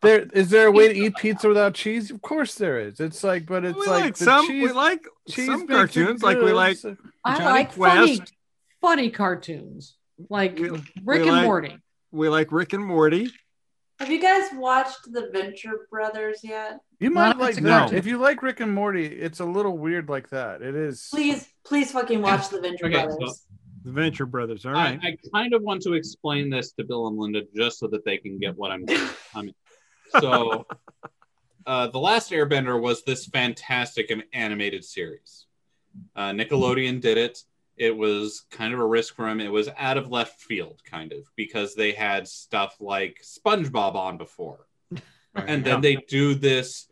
C: there is there a way to eat pizza without cheese? Of course there is. It's like but it's
B: we
C: like,
B: like,
C: the
B: some
C: cheese,
B: we like
C: cheese
B: some
C: makes it
B: cartoons like we
C: good.
B: like
C: So-
D: I
B: Johnny
D: like funny,
B: Quest.
D: funny cartoons like
B: We-
D: Rick and
B: like-
D: Morty.
B: we like Rick and Morty.
G: Have you guys watched The Venture Brothers yet?
C: you might
D: Not if
C: like
D: it's
B: a
C: that.
B: cartoon.
C: If you like Rick and Morty, it's a little weird like that. It is
G: Please, please fucking watch The Venture
E: Okay, so-
G: Brothers.
B: The Venture Brothers. All
E: I,
B: right.
E: I kind of want to explain this to Bill and Linda just so that they can get what I'm. I'm so, uh, the last Airbender was this fantastic am- animated series. Uh, Nickelodeon did it. It was kind of a risk for them. It was out of left field, kind of, because they had stuff like SpongeBob on before. and then they do this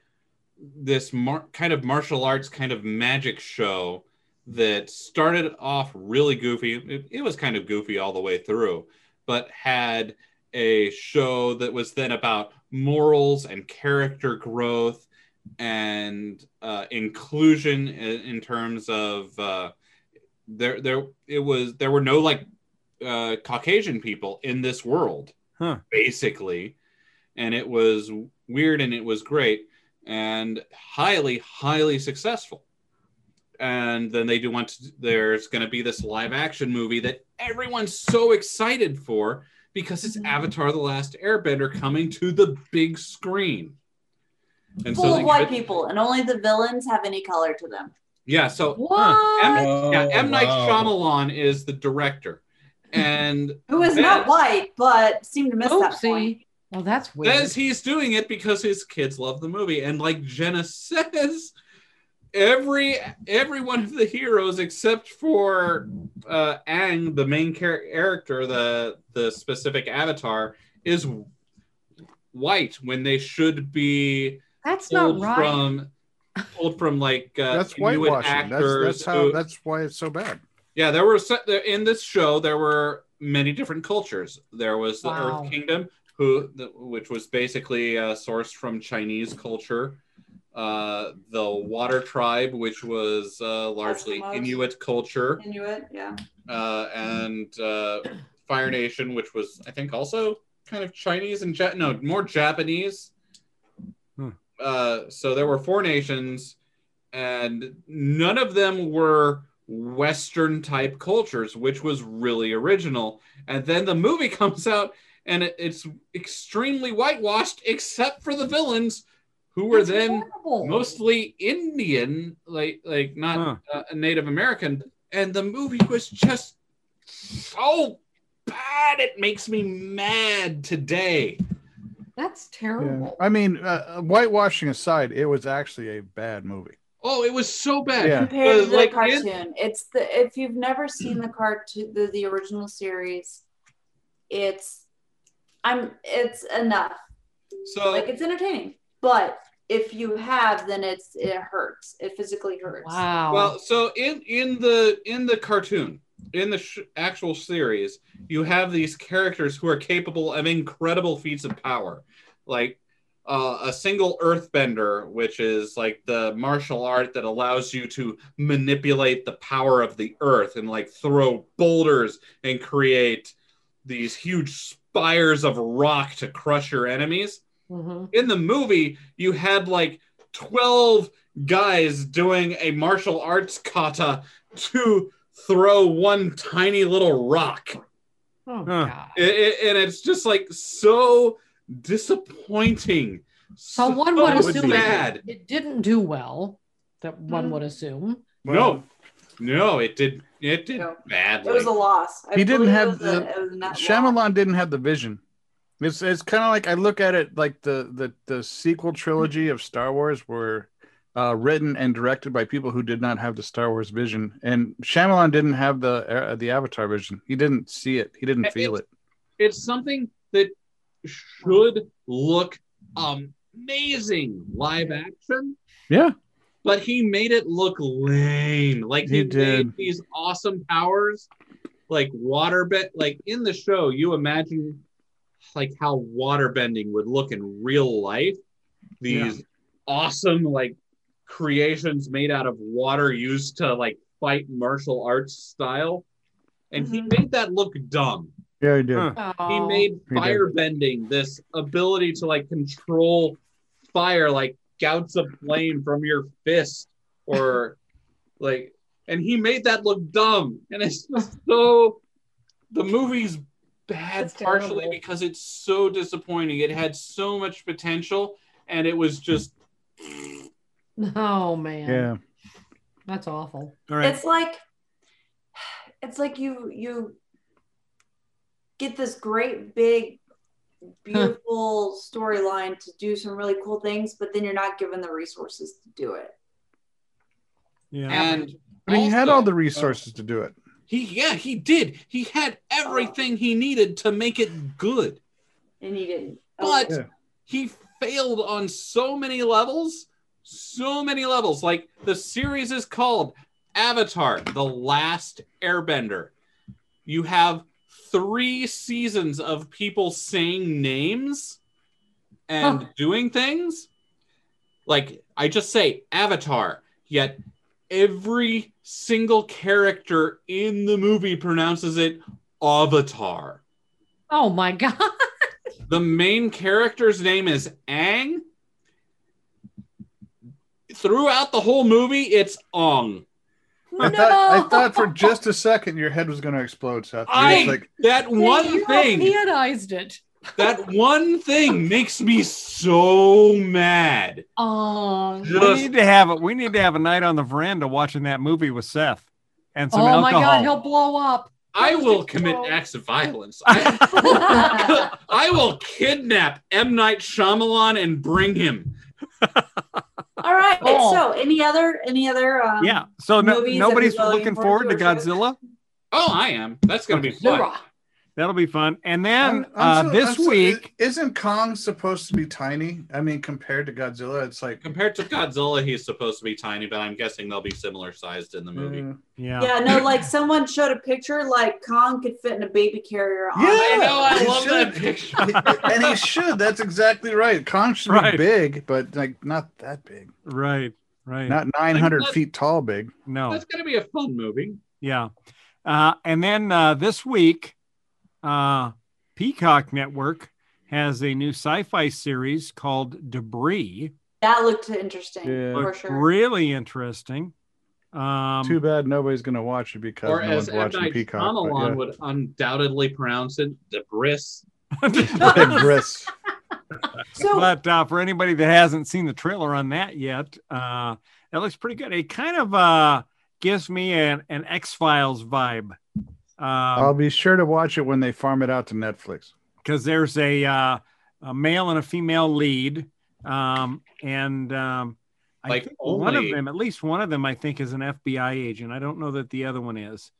E: this mar- kind of martial arts kind of magic show that started off really goofy it, it was kind of goofy all the way through but had a show that was then about morals and character growth and uh, inclusion in, in terms of uh, there there it was there were no like uh, caucasian people in this world
B: Huh.
E: basically and it was weird and it was great and highly highly successful and then they do want to, there's going to be this live action movie that everyone's so excited for because it's avatar the last airbender coming to the big screen and
G: Full
E: they-
G: of white people, and only the villains have any color to them.
E: yeah so
D: What?
E: M, yeah, M. Night
H: Oh,
C: Oh,
H: wow.
E: Shyamalan is
D: (laughs)
E: the director and
G: Who is not
E: Yes.
G: white, but seem to miss that point.
D: Oopsie. Well, that's weird.
E: says he's doing it because his kids love the movie and like jenna says every every one of the heroes except for uh ang the main char- character the the specific avatar is white when they should be
D: that's not
E: pulled
D: right.
E: from pulled from like uh,
C: that's
E: Inuit
C: whitewashing. That's
E: actors
C: that's how
E: who-
C: that's why it's so bad.
E: yeah, there were se- there- in this show there were many different cultures. There was the
D: Wow.
E: Earth Kingdom, who the, which was basically uh, sourced from Chinese culture. Uh, the Water Tribe, which was uh, largely
G: Eskimos.
E: Inuit culture,
G: Inuit, yeah.
E: uh, and uh, Fire Nation, which was I think also kind of Chinese and ja- no more Japanese.
B: Hmm.
E: Uh, so there were four nations, and none of them were Western type cultures, which was really original. And then the movie (laughs) comes out, and it, it's extremely whitewashed, except for the villains, who were
D: That's
E: then
D: horrible.
E: mostly Indian, like like not uh, Native American, and the movie was just so bad. It makes me mad today.
D: That's
C: Yeah.
D: terrible.
C: I mean, uh, whitewashing aside, it was actually a bad movie.
E: Oh, it was so bad.
C: Yeah.
G: Compared to
E: Uh,
G: the
E: like,
G: cartoon, it's the if you've never seen the cartoon, the, the original series, it's, I'm, it's enough.
E: So
G: Like it's entertaining, but if you have, then it's it hurts. It physically hurts.
D: Wow.
E: Well, so in in the in the cartoon, in the sh- actual series, you have these characters who are capable of incredible feats of power, like uh, a single Earthbender, which is like the martial art that allows you to manipulate the power of the Earth and like throw boulders and create these huge spires of rock to crush your enemies
D: Mhm.
E: in the movie you had like 12 guys doing a martial arts kata to throw one tiny little rock
D: Oh,
B: Huh.
D: God.
E: I- I- and it's just like so disappointing
D: So one would
B: would
D: assume
B: be.
E: bad.
D: it, it didn't do well. That one
B: Mm-hmm.
G: Mhm.
D: would assume.
E: no no it did it did
G: No.
E: badly
G: It was a loss. I
C: He didn't
G: believe it
C: have
G: was
C: the-
G: a- it was a net loss.
C: Shyamalan didn't have the vision. It's it's kind of like I look at it like the the the sequel trilogy of Star Wars were uh, written and directed by people who did not have the Star Wars vision, and Shyamalan didn't have the uh, the Avatar vision. He didn't see it. He didn't feel it.
E: it's something that should look amazing live action
C: Yeah,
E: but he made it look lame. Like he,
C: He did.
E: made these awesome powers, like water bend. Like in the show, you imagine like how water bending would look in real life. These awesome like creations made out of water used to like fight martial arts style, and he
G: Mhm.
E: made that look dumb.
C: yeah, he did.
B: Huh.
E: He
D: Oh.
E: made
C: He did.
E: fire bending this ability to like control fire, like gouts of flame from your fist,
D: (laughs)
E: or like, and he made that look dumb. And it's just so the movie's bad
D: That's
E: partially
D: terrible.
E: because it's so disappointing. It had so much potential, and it was just
D: (laughs) Oh man,
C: Yeah,
D: that's awful.
B: All right.
G: It's like it's like you you get this great big beautiful storyline to do some really cool things, but then you're not given the resources to do it.
B: Yeah.
E: and.
C: but he had
E: also-
C: all the resources to do it.
E: He yeah he did. He had everything he needed to make it good.
G: And you didn't.
E: But
C: Yeah.
E: he failed on so many levels, so many levels. Like the series is called Avatar: The Last Airbender. You have three seasons of people saying names and
D: Huh.
E: doing things. Like I just say Avatar, yet every single character in the movie pronounces it Avatar.
D: Oh my (laughs) God.
E: The main character's name is Ang. Throughout the whole movie, it's Ong.
D: Oh,
C: I thought I thought for just a second your head was going to explode, Seth. You're
E: I-
C: just like,
E: That one thing,
D: Europeanized it.
E: that one thing makes me so mad.
D: Oh,
E: Just-
B: We need to have it. We need to have a night on the veranda watching that movie with Seth and some
D: oh
B: alcohol.
D: my God, he'll blow up.
E: I will commit acts of violence. I, (laughs) I will kidnap M. Night Shyamalan and bring him.
G: All right.
D: Oh.
G: So any other any other um
B: yeah. So no,
G: movies that
B: nobody's
G: we're looking
B: looking
G: forward
B: forward to
G: to or something.
B: Godzilla.
E: Oh, I am. That's going to be fun.
D: Zura.
B: That'll be fun. And then
C: I'm- I'm
B: uh,
C: so- I'm
B: this
C: so-
B: week,
C: isn't Kong supposed to be tiny? I mean, compared to Godzilla, it's like
E: Compared to Godzilla, he's supposed to be tiny, but I'm guessing they'll be similar sized in the movie.
C: uh,
B: yeah.
G: Yeah, no, like someone showed a picture like Kong could fit in a baby carrier. on-
C: Yeah.
E: I know. I
C: He
E: love that
C: should.
E: picture.
C: and he should. That's exactly right. Kong should
B: Right.
C: be big, but like not that big,
B: Right. Right.
C: not 900
E: Like,
C: feet tall, big.
B: no.
E: That's going to be a fun movie.
B: Yeah. Uh, and then uh, this week, uh, Peacock Network has a new sci-fi series called Debris.
G: That looked interesting
C: Yeah.
G: for
B: Looked
G: sure.
B: Really interesting. Um, (laughs)
C: Too bad nobody's gonna watch it because
E: or
C: no
E: as
C: one's
E: M.
C: watching
E: Night
C: Peacock. but
E: Shyamalan
C: yeah.
E: would undoubtedly pronounce it, debris.
G: (laughs)
C: Big
E: (laughs)
C: bris.
G: So
B: but uh, for anybody that hasn't seen the trailer on that yet, uh, that looks pretty good. It kind of uh, gives me an, an X Files vibe Um, because
E: Um,
C: I'll be sure to watch it when they farm it out to Netflix.
B: there's a, uh, a male and a female lead, um, and um, I
E: Like
B: think one of
E: only-
B: them, at least one of them, I think is an FBI agent. I don't know that the other one is,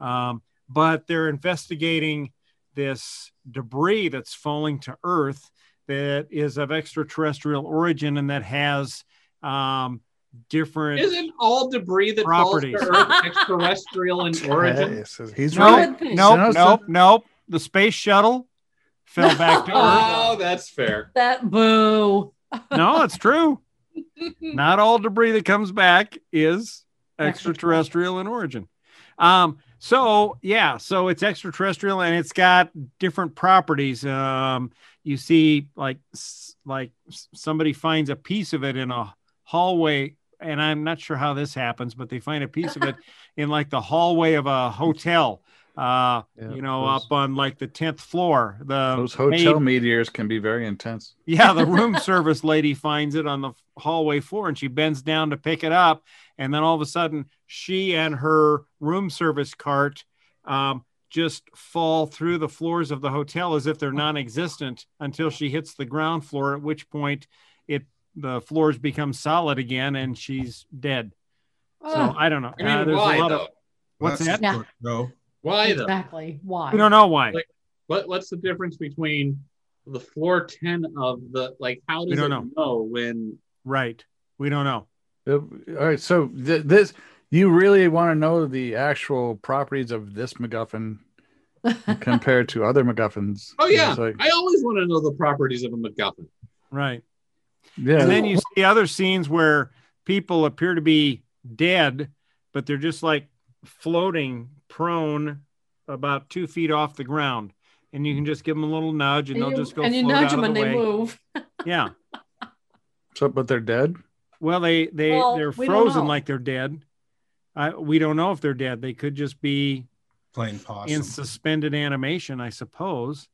B: um, but they're investigating this debris that's falling to Earth that is of extraterrestrial origin and that has um, different.
E: Isn't all debris that
B: Properties.
E: falls to Earth (laughs) extraterrestrial in origin?
C: Hey, so he's
B: No,
C: right.
D: Good thing.
B: Nope,
C: Sounds-
B: nope, nope. The space shuttle fell back
E: (laughs)
B: to Earth.
E: Oh, that's fair.
D: That boo.
B: No, it's true. Not all debris that comes back is extraterrestrial in origin. Um, so yeah, so it's extraterrestrial and it's got different properties. Um, you see, like s- like s- somebody finds a piece of it in a hallway, and I'm not sure how this happens, but they find a piece of it in like the hallway of a hotel. Uh,
C: Yeah,
B: you know,
C: those-
B: up on like the tenth floor. The
C: Those hotel
B: maid-
C: meteors can be very intense.
B: yeah, the room service lady finds it on the hallway floor and she bends down to pick it up. And then all of a sudden, she and her room service cart um, just fall through the floors of the hotel as if they're non existent until she hits the ground floor, at which point it the floors become solid again and she's dead. So
D: Oh,
B: I don't know.
E: I
B: Uh,
E: mean,
B: there's
E: why
B: a lot
E: though?
B: of what's
H: That's
B: that?
D: Yeah.
H: No.
E: Why though?
D: exactly. Why?
B: We don't know why.
E: Like- What What's the difference between the floor ten of the like? How
B: We
E: does it
B: don't
E: know. when?
B: Right. We don't know.
C: Uh, All right, so th- this you really want to know the actual properties of this MacGuffin compared to other MacGuffins.
E: Oh yeah,
C: It's like-
E: I always want to know the properties of a MacGuffin.
B: Right.
C: yeah.
B: And then you see other scenes where people appear to be dead, but they're just like floating prone about two feet off the ground. And you can just give them a little nudge and,
D: and
B: they'll
D: you,
B: just go
D: and you
B: float
D: nudge
B: out
D: them
B: of
D: and
B: the
D: they
B: way.
D: move.
B: Yeah.
C: so, but they're dead.
B: Well, they, they,
D: Well,
B: they're
D: we don't
B: frozen
D: know.
B: like they're dead. I, we don't know if they're dead. They could just be
H: Plain possum.
B: in suspended animation, I suppose.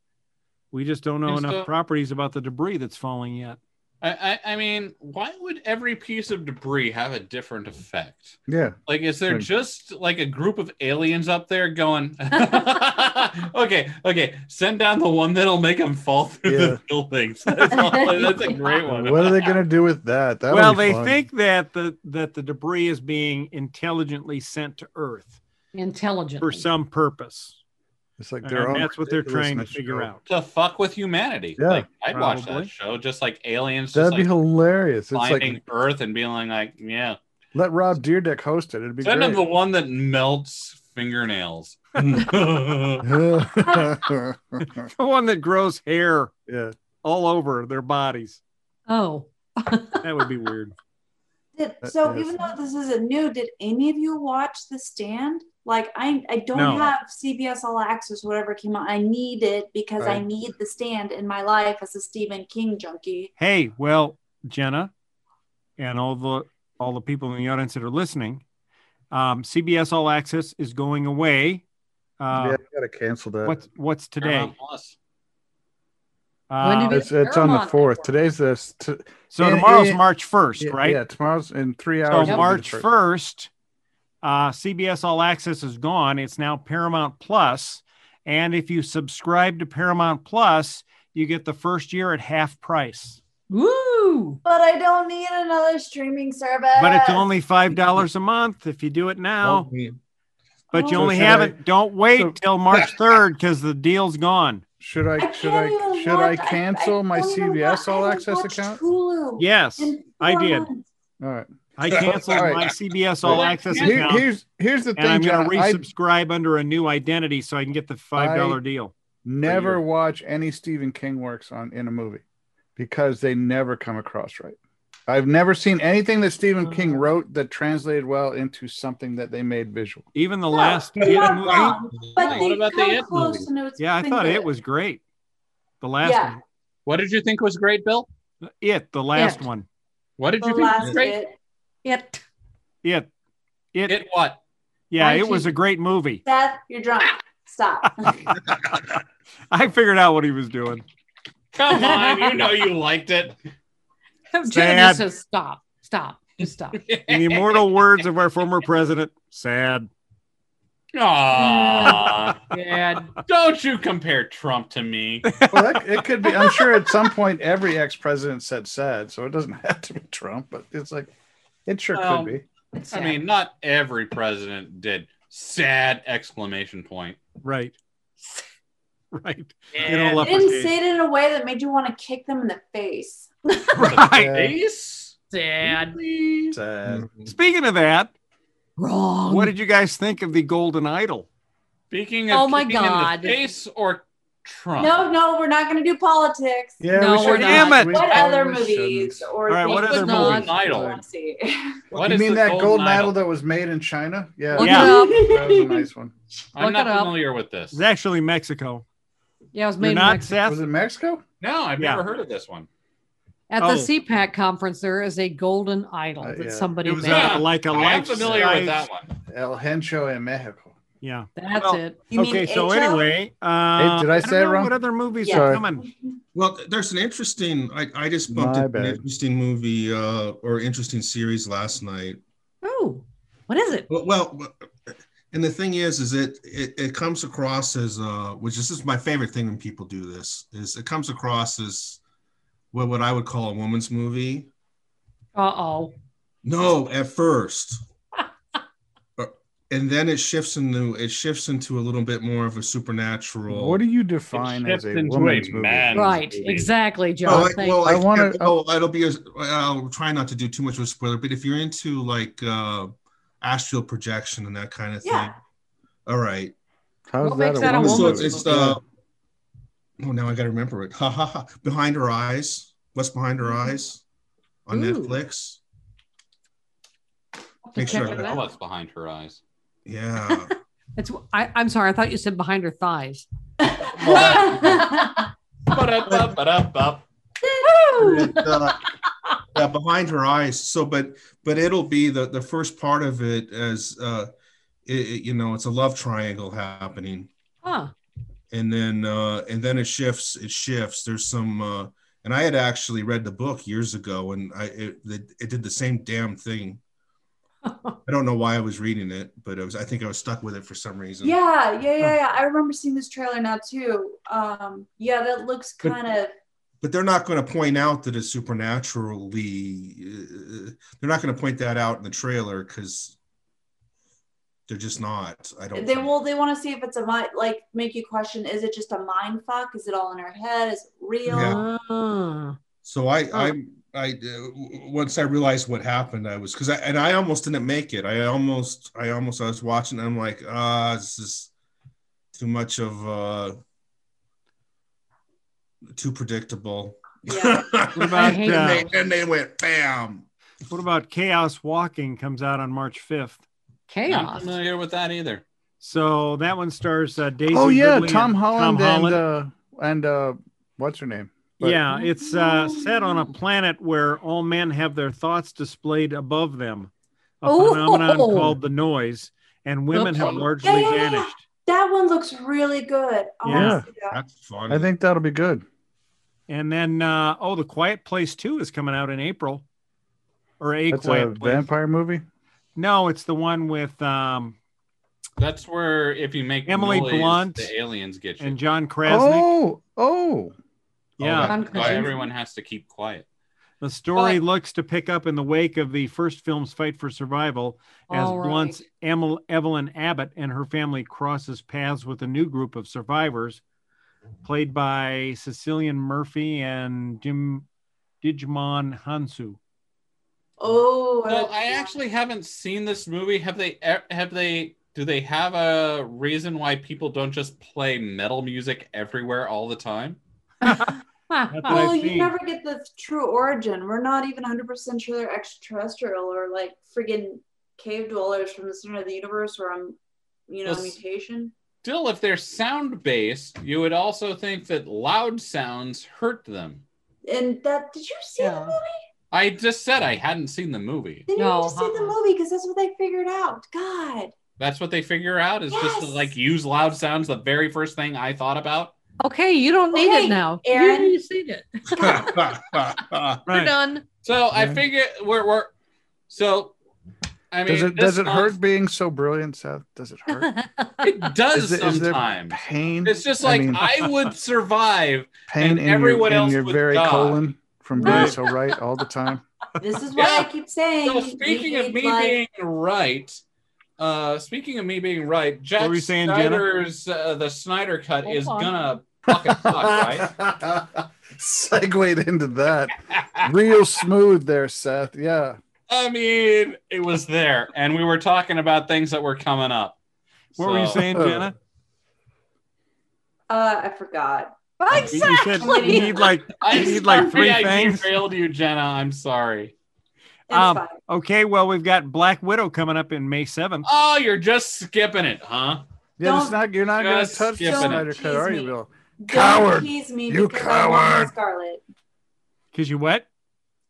B: We just don't know
E: Just,
B: enough
E: uh,
B: properties about the debris that's falling yet.
E: I, I I mean, why would every piece of debris have a different effect?
C: Yeah,
E: Like, is there
C: Right.
E: just like a group of aliens up there going, (laughs) okay, okay, send down the one that'll make them fall through
C: Yeah.
E: the
C: (laughs)
E: buildings? That's, all, that's a great one.
C: what are they gonna do with that? That'll
B: well,
C: be
B: they
C: fun.
B: think that the that the debris is being intelligently sent to Earth
D: Intelligent.
B: for some purpose,
C: it's like they're
B: and
C: all
B: that's what they're
C: ridiculous
B: trying
C: in
B: to
C: this
B: figure
C: show.
B: out. (laughs)
E: to fuck with humanity?
C: Yeah,
E: like, I'd watch
B: probably.
E: that show, just like aliens
C: That'd
E: just
C: be
E: like
C: hilarious. It's
E: finding
C: like
E: Earth and being like, like yeah,
C: let Rob Deerdick host it. It'd be
E: send them the
C: great.
E: one that melts
C: (laughs)
E: fingernails. (laughs)
B: The one that grows hair
C: yeah,
B: all over their bodies.
D: Oh.
B: That would be
C: (laughs)
B: weird.
G: Did,
C: That
G: so
C: is-
G: even though this isn't new, did any of you watch The Stand? Like I, I don't
B: No.
G: have CBS All Access, whatever came out. I need it because I
C: Right.
G: need The Stand in my life as a Stephen King junkie.
B: hey, well, Jenna, and all the all the people in the audience that are listening, um, CBS All Access is going away. Uh,
C: yeah, I gotta cancel that.
B: What's what's today?
E: Paramount Plus.
D: When
B: Uh,
D: did
C: it's it's on the
D: Paramount
C: fourth.
D: Network.
C: Today's this. T-
B: so
C: Yeah,
B: tomorrow's
C: yeah,
B: March first,
C: yeah,
B: right?
C: Yeah, tomorrow's in three
B: So
C: hours. it'll be the
B: March
C: first.
B: first, uh, CBS All Access is gone. It's now Paramount Plus, and if you subscribe to Paramount Plus, you get the first year at half price.
D: Woo!
G: But I don't need another streaming service.
B: But it's only five dollars a month if you do it now. But you
C: So
B: only
C: should
B: have
C: I-
B: it. Don't wait
C: so-
B: till March
C: (laughs)
B: third because the deal's gone.
C: Should
G: I
C: I should
G: can't
C: I
G: even
C: should I
G: watch-
C: cancel my
G: don't even
C: CBS
G: wa- I
C: All
G: haven't
C: Access
G: watched
C: account? All
G: Hulu.
B: Yes,
G: in
B: I
G: four
B: did.
G: months.
C: right.
B: I canceled
C: All right.
B: my CBS All
E: Well,
B: Access
E: here-
C: Here,
B: account,
C: here's here's the thing.
B: and I'm going
C: John.
B: to
C: I
B: resubscribe under a new identity so I can get the five dollar deal.
C: never watch any Stephen King works on in a movie because they never come across right. I've never seen anything that
G: Uh-huh.
C: Stephen King wrote that translated well into something that they
B: (laughs)
C: made visual.
B: Even the
G: No,
B: last
G: they're
B: It
G: not
B: movie-
G: wrong. But
E: Why?
G: they
E: what about the
G: come
E: It
G: close
E: movie?
G: and
B: (laughs)
G: it's
B: Yeah, I thought
G: good.
B: it was great. The last
G: Yeah.
B: one.
E: What did you think was great, Bill?
B: It, the last
D: It.
B: one.
E: What did
G: the
E: you think was
G: last
E: great?
G: bit.
D: It.
B: It. It,
E: It what?
B: yeah,
D: I
B: it was
D: think-
B: a great movie.
G: Seth, you're drunk. Stop.
C: (laughs)
B: I figured out what he was doing.
E: Come on, you know you
C: (laughs)
E: liked it.
D: Jenna just says, stop. Stop. Just stop.
B: In the immortal words of our former president, sad.
E: Aw.
D: Yeah.
E: (laughs)
D: (laughs)
E: Don't you compare Trump to me.
C: Well, that, it could be. I'm sure at some point every ex president said sad, so it doesn't (laughs) have to be Trump, but it's like it sure
E: Well,
C: could be.
E: I mean, not every president did. Sad exclamation point.
B: Right. (laughs) right?
F: Yeah.
B: You know,
G: They
B: left
G: didn't
B: with
G: say it in a way that made you want to kick them in the face.
D: uh,
B: right.
F: Face? Sad.
C: Sad.
B: Speaking of that,
D: Wrong.
B: what did you guys think of the Golden Idol?
E: Speaking of
D: Oh my
E: kicking in the
D: God.
E: face or Trump?
G: No, no, we're not going to do politics.
C: Yeah,
D: No,
C: we
D: we're
C: should-
D: not.
B: Damn it.
C: we
G: What
C: probably
G: other
C: shouldn't.
G: movies or
B: All right, what
G: things
B: other
G: that you
D: movies?
E: Idol.
B: (laughs)
G: wanna see?
E: What
C: you
E: is
C: mean
E: the
C: that golden idol that was made in China? Yeah,
D: Look
B: Yeah.
D: it up.
C: that was a nice one.
E: I'm
D: Look
E: not
D: it up.
E: familiar with this.
B: It's actually Mexico.
D: Yeah, it was made
B: You're
D: in
B: not
D: Mexico.
B: Seth.
C: Was it Mexico?
E: No, I've
B: Yeah.
E: never heard of this one.
D: At
B: Oh.
D: the CPAC conference, there is a golden idol
C: Uh,
D: that
C: yeah.
D: somebody
B: It was
D: made.
E: Yeah.
B: uh, like a
E: I'm
B: life
E: familiar
B: size-
E: with that one.
C: El Hencho in Mexico.
B: Yeah.
D: That's
B: Well,
D: it.
G: You mean
B: okay. So
G: HL?
B: anyway, uh,
C: Hey, did I
B: don't
C: say it
B: know
C: wrong?
B: What other movies
G: Yeah.
B: are
C: Sorry.
B: coming?
H: Well, there's an interesting. I, I just bumped
C: My
H: into an
C: bad.
H: interesting movie uh, or interesting series last night.
D: Oh, what is it?
H: Well, well, and the thing is, is it it, it comes across as uh, which is, this is my favorite thing when people do this is it comes across as what what I would call a woman's movie.
D: Uh oh.
H: No,
C: (laughs)
H: at first, Uh, and then it shifts into it shifts into a little bit more of a supernatural.
C: What do you define as
E: shifts
C: a
E: into
C: woman's
E: a
C: movie?
E: man. And
D: Right.
E: maybe-
D: Exactly, John.
H: Well, like,
D: Thank-
H: Oh, well,
C: I
H: I
C: wanna-
H: want to. Oh, it'll be. A, I'll try not to do too much of a spoiler, but if you're into like uh astral projection and that kind of thing,
G: Yeah.
H: all right.
C: How's
D: What
C: that
D: makes
C: a
D: that a
C: woman's
H: So
D: woman's
H: it's,
C: movie?
H: it's uh, oh, now I got to remember it. Ha ha ha! Behind her eyes. What's behind her eyes? On
D: Ooh.
H: Netflix.
D: I'll have to
H: make
D: check
H: sure
D: it
H: I-
E: I
D: out.
E: know what's behind
D: (laughs)
E: her eyes.
H: Yeah.
D: It's. I, I'm sorry. I thought you said behind her thighs.
E: Ba-da-ba-ba-da-ba.
H: And, uh, yeah, behind her eyes. So, but but it'll be the the first part of it as uh, it, it- you know, it's a love triangle happening.
D: Huh.
H: and then uh and then it shifts it shifts there's some uh and i had actually read the book years ago and i it, it, it did the same damn
G: (laughs)
H: thing i don't know why i was reading it but i was i think i was stuck with it for some reason
G: yeah, yeah, yeah, yeah. I remember seeing this trailer now too. Um, yeah, that looks
H: But-
G: kind of
H: but they're not going to point out that it's supernaturally uh, they're not going to point that out in the trailer because they're just not i don't
G: they
H: think.
G: will they want to see if it's a mind like make you question is it just a mind fuck is it all in her head is it real
H: Yeah.
D: Ah.
H: So I, I, I, uh, w- once I realized what happened, I was because I and I almost didn't make it. I almost, I almost, I was watching. And I'm like, ah, this is too much of, uh too predictable. (laughs)
G: Yeah.
B: What
D: I
B: about
D: hate
H: and,
B: uh,
H: they, and they went bam.
B: what about Chaos Walking comes out on March fifth?
E: Not
D: Chaos.
E: familiar with that either.
B: So that one stars uh, Daisy.
C: Oh yeah,
B: Ridley
C: Tom
B: and
C: Holland,
B: Tom Holland.
C: and uh, and uh, what's her name? but-
B: yeah, it's uh, set on a planet where all men have their thoughts displayed above them, a
D: Ooh.
B: phenomenon called the noise, and women have
D: Okay.
B: largely
G: Yeah, yeah, yeah.
B: vanished.
G: that one looks really good I wanna
B: Yeah.
G: see that.
H: That's fun.
C: I think that'll be good.
B: And then, uh, oh, The Quiet Place 2 is coming out in April. Or A
C: That's a
B: Quiet Place.
C: vampire movie.
B: No, it's the one with um,
E: That's where if you make
B: Emily
E: noise,
B: Blunt
E: the aliens get you.
B: and John Krasnick.
C: Oh, oh,
B: yeah.
D: I'm
E: Why
D: confused.
E: everyone has to keep quiet.
B: The story looks to pick up in the wake of the first film's fight for survival as
D: All right.
B: Blunt's Emil- Evelyn Abbott and her family crosses paths with a new group of survivors played by Cecilian Murphy and Jim Digimon Hansu.
G: oh
E: No,
G: like
E: I
G: that.
E: actually haven't seen this movie. Have they? e, Have they? Do they have a reason why people don't just play metal music everywhere all the time?
B: that I've
G: well you
B: seen.
G: never get the true origin we're not even 100% sure they're extraterrestrial or like friggin cave dwellers from the center of the universe or um, you know
E: Well, s-
G: mutation
E: Still, if they're sound based, you would also think that loud sounds hurt them.
G: and that did you see
D: Yeah.
G: the movie
E: I just said I hadn't seen the movie.
G: then you
D: No,
G: need to see the
D: uh-uh.
G: movie because that's what they figured out god
E: That's what they figure out is just to
G: Yes.
E: like use loud sounds. The very first thing I thought about.
D: okay, you don't need
G: Okay,
D: it now.
G: Aaron.
D: You, you seen it. We're done.
E: So I
C: Yeah.
E: figure we're we're so. I mean,
C: does it
E: this
C: does it
E: month-
C: hurt being so brilliant, Seth? Does it
D: (laughs)
C: hurt?
E: (laughs) It does
C: Is it- is there
E: sometimes.
C: pain.
E: It's just
C: I
E: like I,
C: mean, (laughs)
E: would survive.
D: (laughs)
C: pain
E: and
C: in your-
E: everyone
C: in
E: else
C: your
E: would
C: very
E: die.
C: colon from being
B: Right.
C: so right all the time.
G: This is why I keep saying.
E: So speaking
G: we
E: of
G: need,
E: me
G: like-
E: being right, Uh, speaking of me being right, Jack
B: were you saying, Jenna?
E: Snyder's uh, the Snyder cut
D: Hold
E: is
D: on.
E: gonna fucking
C: (laughs)
E: suck, right?
C: Segued into that. Real smooth there, Seth. Yeah.
E: I mean, it was there, and we were talking about things that were coming up.
B: What were you
E: So-
B: saying,
D: (laughs)
B: Jenna?
G: Uh, I forgot.
B: You- You said you
G: Exactly.
B: need like
E: I
B: You need, like, three
E: sorry I
B: things?
E: derailed you, Jenna. I'm sorry.
G: It's
B: Um,
G: fine.
B: okay. Well, we've got Black Widow coming up in May seventh.
E: Oh, you're just skipping it, huh?
C: Yeah,
G: Don't-
C: it's not you're not gonna
E: Just
C: touch the
E: skipping it.
C: Snyder Cut, are
G: Jeez,
C: you,
G: me.
C: Bill?
G: Don't
C: Coward.
G: tease me
C: You
G: because I want my
C: coward.
G: Scarlet.
B: Cause you what?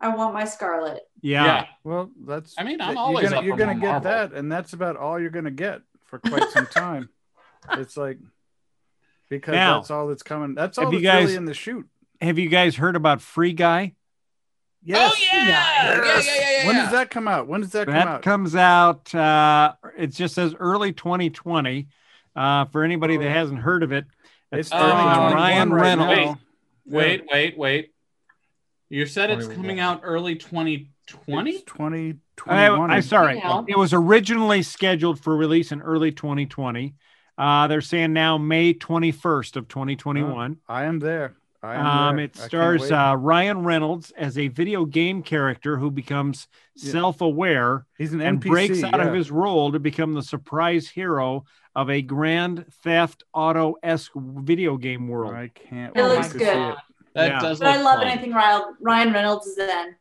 G: I want my Scarlet.
B: Yeah.
C: Well, that's
E: I mean, I'm
C: you're
E: always
C: gonna,
E: up
C: you're
E: on
C: gonna
E: my
C: get
E: Marvel.
C: that, and that's about all you're gonna get for quite some
E: (laughs)
C: time. it's like because
B: Now,
C: that's all that's coming. That's
B: have
C: all
B: you
C: that's
B: guys-
C: really in the shoot.
B: Have you guys heard about Free Guy?
C: Yes.
E: Oh yeah.
C: Yes.
E: Yeah, yeah, yeah, yeah.
C: When
E: yeah.
C: does that come out? When does that, come
B: that
C: out?
B: comes out. Uh, it just says early 2020. Uh, for anybody that hasn't heard of it,
C: Oh, It's
B: starring
E: early 21
B: Ryan
C: right now.
B: Reynolds.
E: Wait, wait, wait. You said it's
H: 21.
E: coming out early 2020.
C: It's 2021.
B: I, I'm sorry.
D: Yeah.
B: It was originally scheduled for release in early 2020. Uh, they're saying now May 21st of 2021.
C: I am there. I am
B: um,
C: there.
B: it
C: Oh, I can't
B: stars
C: wait.
B: uh, Ryan Reynolds as a video game character who becomes
C: Yeah.
B: self-aware
C: He's an
B: and
C: NPC,
B: breaks out of
C: yeah.
B: his role to become the surprise hero of a Grand Theft Auto-esque video game world.
C: I can't.
G: It
C: wait
G: looks
C: to
G: good.
C: see it.
E: That
B: Yeah.
E: does.
G: But I
E: look
G: love
E: fun.
G: anything Ryan Ryan Reynolds is in.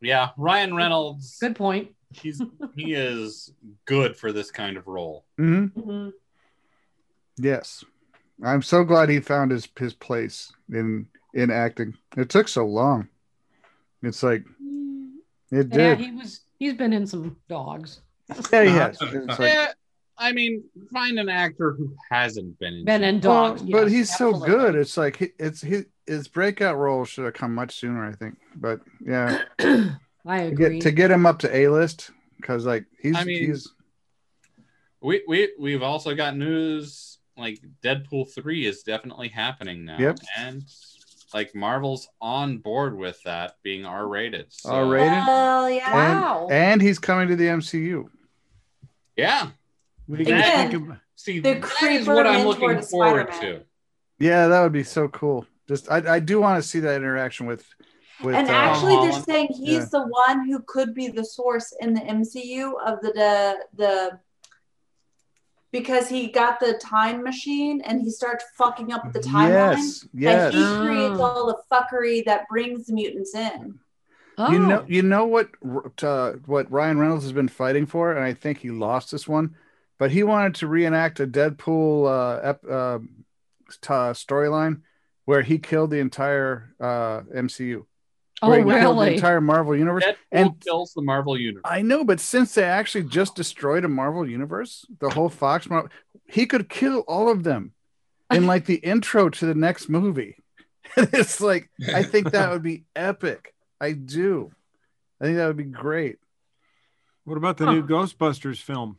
E: Yeah, Ryan Reynolds.
D: Good point.
E: He's he is good for this kind of role.
C: Mhm.
D: Mhm.
C: Yes, I'm so glad he found his his place in in acting. It took so long. It's like
A: Um,
C: it
D: Yeah,
C: did.
D: he was. He's been in some dogs.
C: Yeah, he has. It's like,
E: yeah, I mean, find an actor who hasn't been in.
D: Been in
C: well,
D: dogs.
C: but
D: yes,
C: he's
D: absolutely.
C: so good. It's like he- it's his his breakout role should have come much sooner, I think. But yeah,
D: (clears throat) I
C: (clears throat) to
D: agree.
C: get to get him up to a list because like he's
E: I mean-
C: he's
E: We we we've also got news like Deadpool three is definitely happening now.
C: Yep.
E: And like Marvel's on board with that being R rated. So,
C: R rated.
G: Hell yeah.
C: and,
D: Wow.
C: and he's coming to the MCU.
E: Yeah.
B: What do you
G: Again,
B: guys think of-
E: See,
G: The
E: that is
G: creeper
E: what I'm
G: mentor
E: looking
G: to
E: forward
G: Spider-Man.
E: to.
C: Yeah, that would be so cool. Just I, I do want to see that interaction with with
G: and
C: uh,
G: actually, they're
E: Holland.
G: saying he's
C: Yeah.
G: the one who could be the source in the MCU of the, the the because he got the time machine and he starts fucking up with the timeline.
C: yes, yes.
G: And he creates all the fuckery that brings the mutants in.
D: oh,
C: You know, you know what uh, what Ryan Reynolds has been fighting for, and I think he lost this one, but he wanted to reenact a Deadpool uh, ep- uh, t- uh, storyline where he killed the entire uh, MCU.
D: oh
C: where he killed the
D: really?
C: entire Marvel universe.
E: Deadpool
C: And-
E: kills the Marvel universe.
C: I know, but since they actually just destroyed a Marvel universe, the whole Fox, Mar- he could kill all of them in like the intro to the next movie. (laughs) it's like I think that would be epic. I do. I think that would be great.
B: What about the new Ghostbusters film?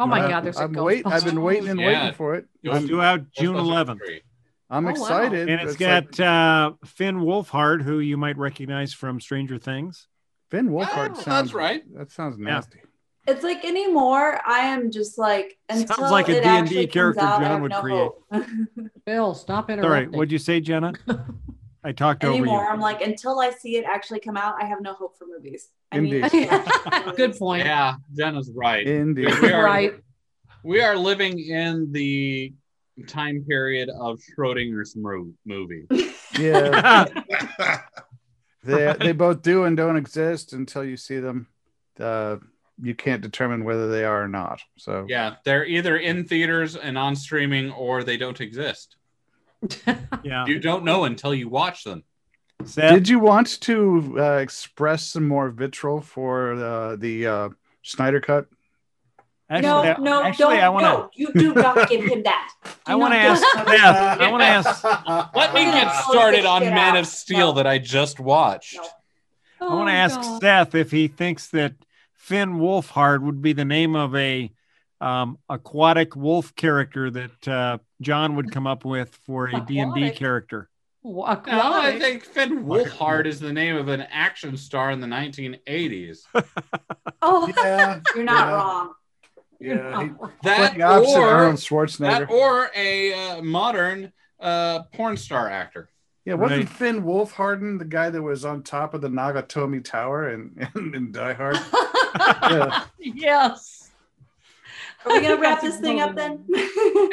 D: oh my
C: I've-
D: God! There's
C: uh, I'm
D: a
C: wait. I've been
D: Ghostbusters.
C: waiting and
E: Yeah.
C: waiting for it.
E: It was
B: It's
C: I'm,
B: due out June
E: Ghostbusters
B: 11th.
E: 3.
C: I'm
D: Oh, wow.
C: excited.
B: And it's
C: like
B: got uh, Finn Wolfhard, who you might recognize from Stranger Things.
C: Finn Wolfhard.
E: Oh, that's
C: sounds
E: right.
C: That sounds nasty.
G: It's like anymore, I am just like until
B: Sounds like a
G: it
B: D&D
G: actually comes
B: character
G: out, I
B: John
G: have
B: would
G: no
B: create.
G: hope. (laughs)
D: Bill, stop interrupting.
B: All right,
D: (laughs)
B: what'd you say, Jenna? I talked over
G: anymore.
B: you.
G: I'm like until I see it actually come out, I have no hope for movies.
B: (laughs)
G: I (laughs)
C: Indeed.
D: Good point.
E: Yeah, Jenna's right.
C: Indeed.
E: We are
D: Right.
E: we are living in the time period of Schrodinger's mo- movie.
C: Yeah.
H: (laughs)
B: (laughs)
H: yeah.
C: they they both do and don't exist until you see them. Uh, you can't determine whether they are or not. So
E: Yeah, they're either in theaters and on streaming or they don't exist.
B: (laughs) yeah.
E: You don't know until you watch them.
B: Seth,
C: Did you want to uh, express some more vitriol for uh, the uh, Snyder cut?
G: no,
B: actually, I-
G: no,
B: actually,
G: don't.
B: I want to.
G: no, you do not give him
B: (laughs)
G: that. Do
B: I want to
G: not
B: ask
G: give him
B: Seth.
G: that.
B: (laughs) I want to ask.
E: Let me get
G: Uh,
E: started on
G: get
E: Man
G: out.
E: of Steel
G: No.
E: that I just watched.
G: No.
D: Oh
B: I
C: Oh,
B: want to ask Seth if he thinks that Finn Wolfhard would be the name of a um, aquatic wolf character that uh, John would come up with for a D and D
D: Aquatic?
B: character.
E: No, I think Finn Wolfhard is the name of an
C: (laughs)
E: action star in the 1980s.
G: Oh,
C: Yeah,
B: (laughs)
G: you're not
C: Yeah.
G: wrong.
B: Yeah.
E: That
C: Playing opposite
E: or
C: Arnold Schwarzenegger.
E: that or a uh, modern uh, porn star actor.
C: yeah, wasn't
B: Right.
C: Finn Wolfharden the guy that was on top of the Nagatomi Tower and and, and Die
B: (laughs)
C: Hard? yeah.
D: (laughs) yes.
G: Are we gonna wrap this thing up then?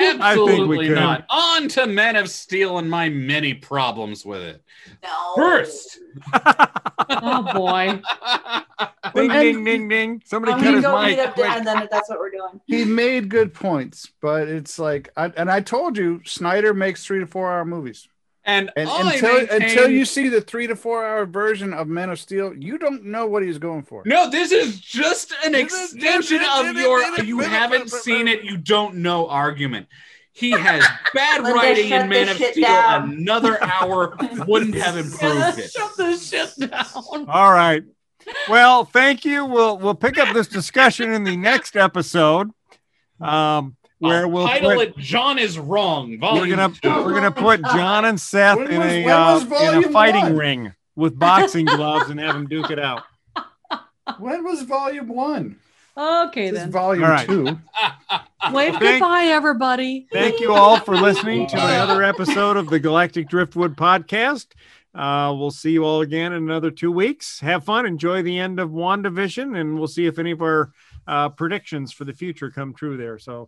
E: Absolutely
B: could.
E: not. On to Men of Steel and my many problems with it.
G: (laughs) no.
E: First. (laughs)
D: oh boy.
B: Ding,
C: Well,
B: ding,
C: and-
B: ding, ding. Somebody
G: I'm
B: cut
G: gonna
B: his
G: go meet
B: mic.
G: up
B: quick.
G: Dan then if that's what we're doing.
C: He made good points, but it's like, I, and I told you, Snyder makes three to four hour movies.
E: And,
C: And
E: I
C: until
E: maintain-
C: until you see the three to four hour version of Man of Steel, you don't know what he's going for.
E: No, this is just an extension of your you haven't seen it, you don't know argument. He has bad
G: Linda,
E: writing
G: shut
E: in Man
G: this
E: of
G: shit
E: Steel.
G: down.
E: Another hour wouldn't have improved it.
D: Shut this shit down.
B: All right. Well, thank you. We'll we'll pick up this discussion in the next episode, um, where
E: I'll
B: we'll
E: title
B: put,
E: it John is wrong.
B: we're
E: Volume
B: gonna
E: two.
B: we're gonna put John and Seth
C: When
B: in
C: was-
B: a
C: when was
B: uh, in a
C: volume
B: fighting
C: one?
B: ring with boxing gloves and have them duke it out.
C: When was volume one?
D: Okay
C: This is
D: then.
C: volume
B: All right.
C: two.
D: Wave
B: Thank-
D: goodbye, everybody.
B: Thank you all for listening to another episode of the Galactic Driftwood Podcast. Uh, we'll see you all again in another two weeks. Have fun, enjoy the end of WandaVision, and we'll see if any of our uh, predictions for the future come true there. So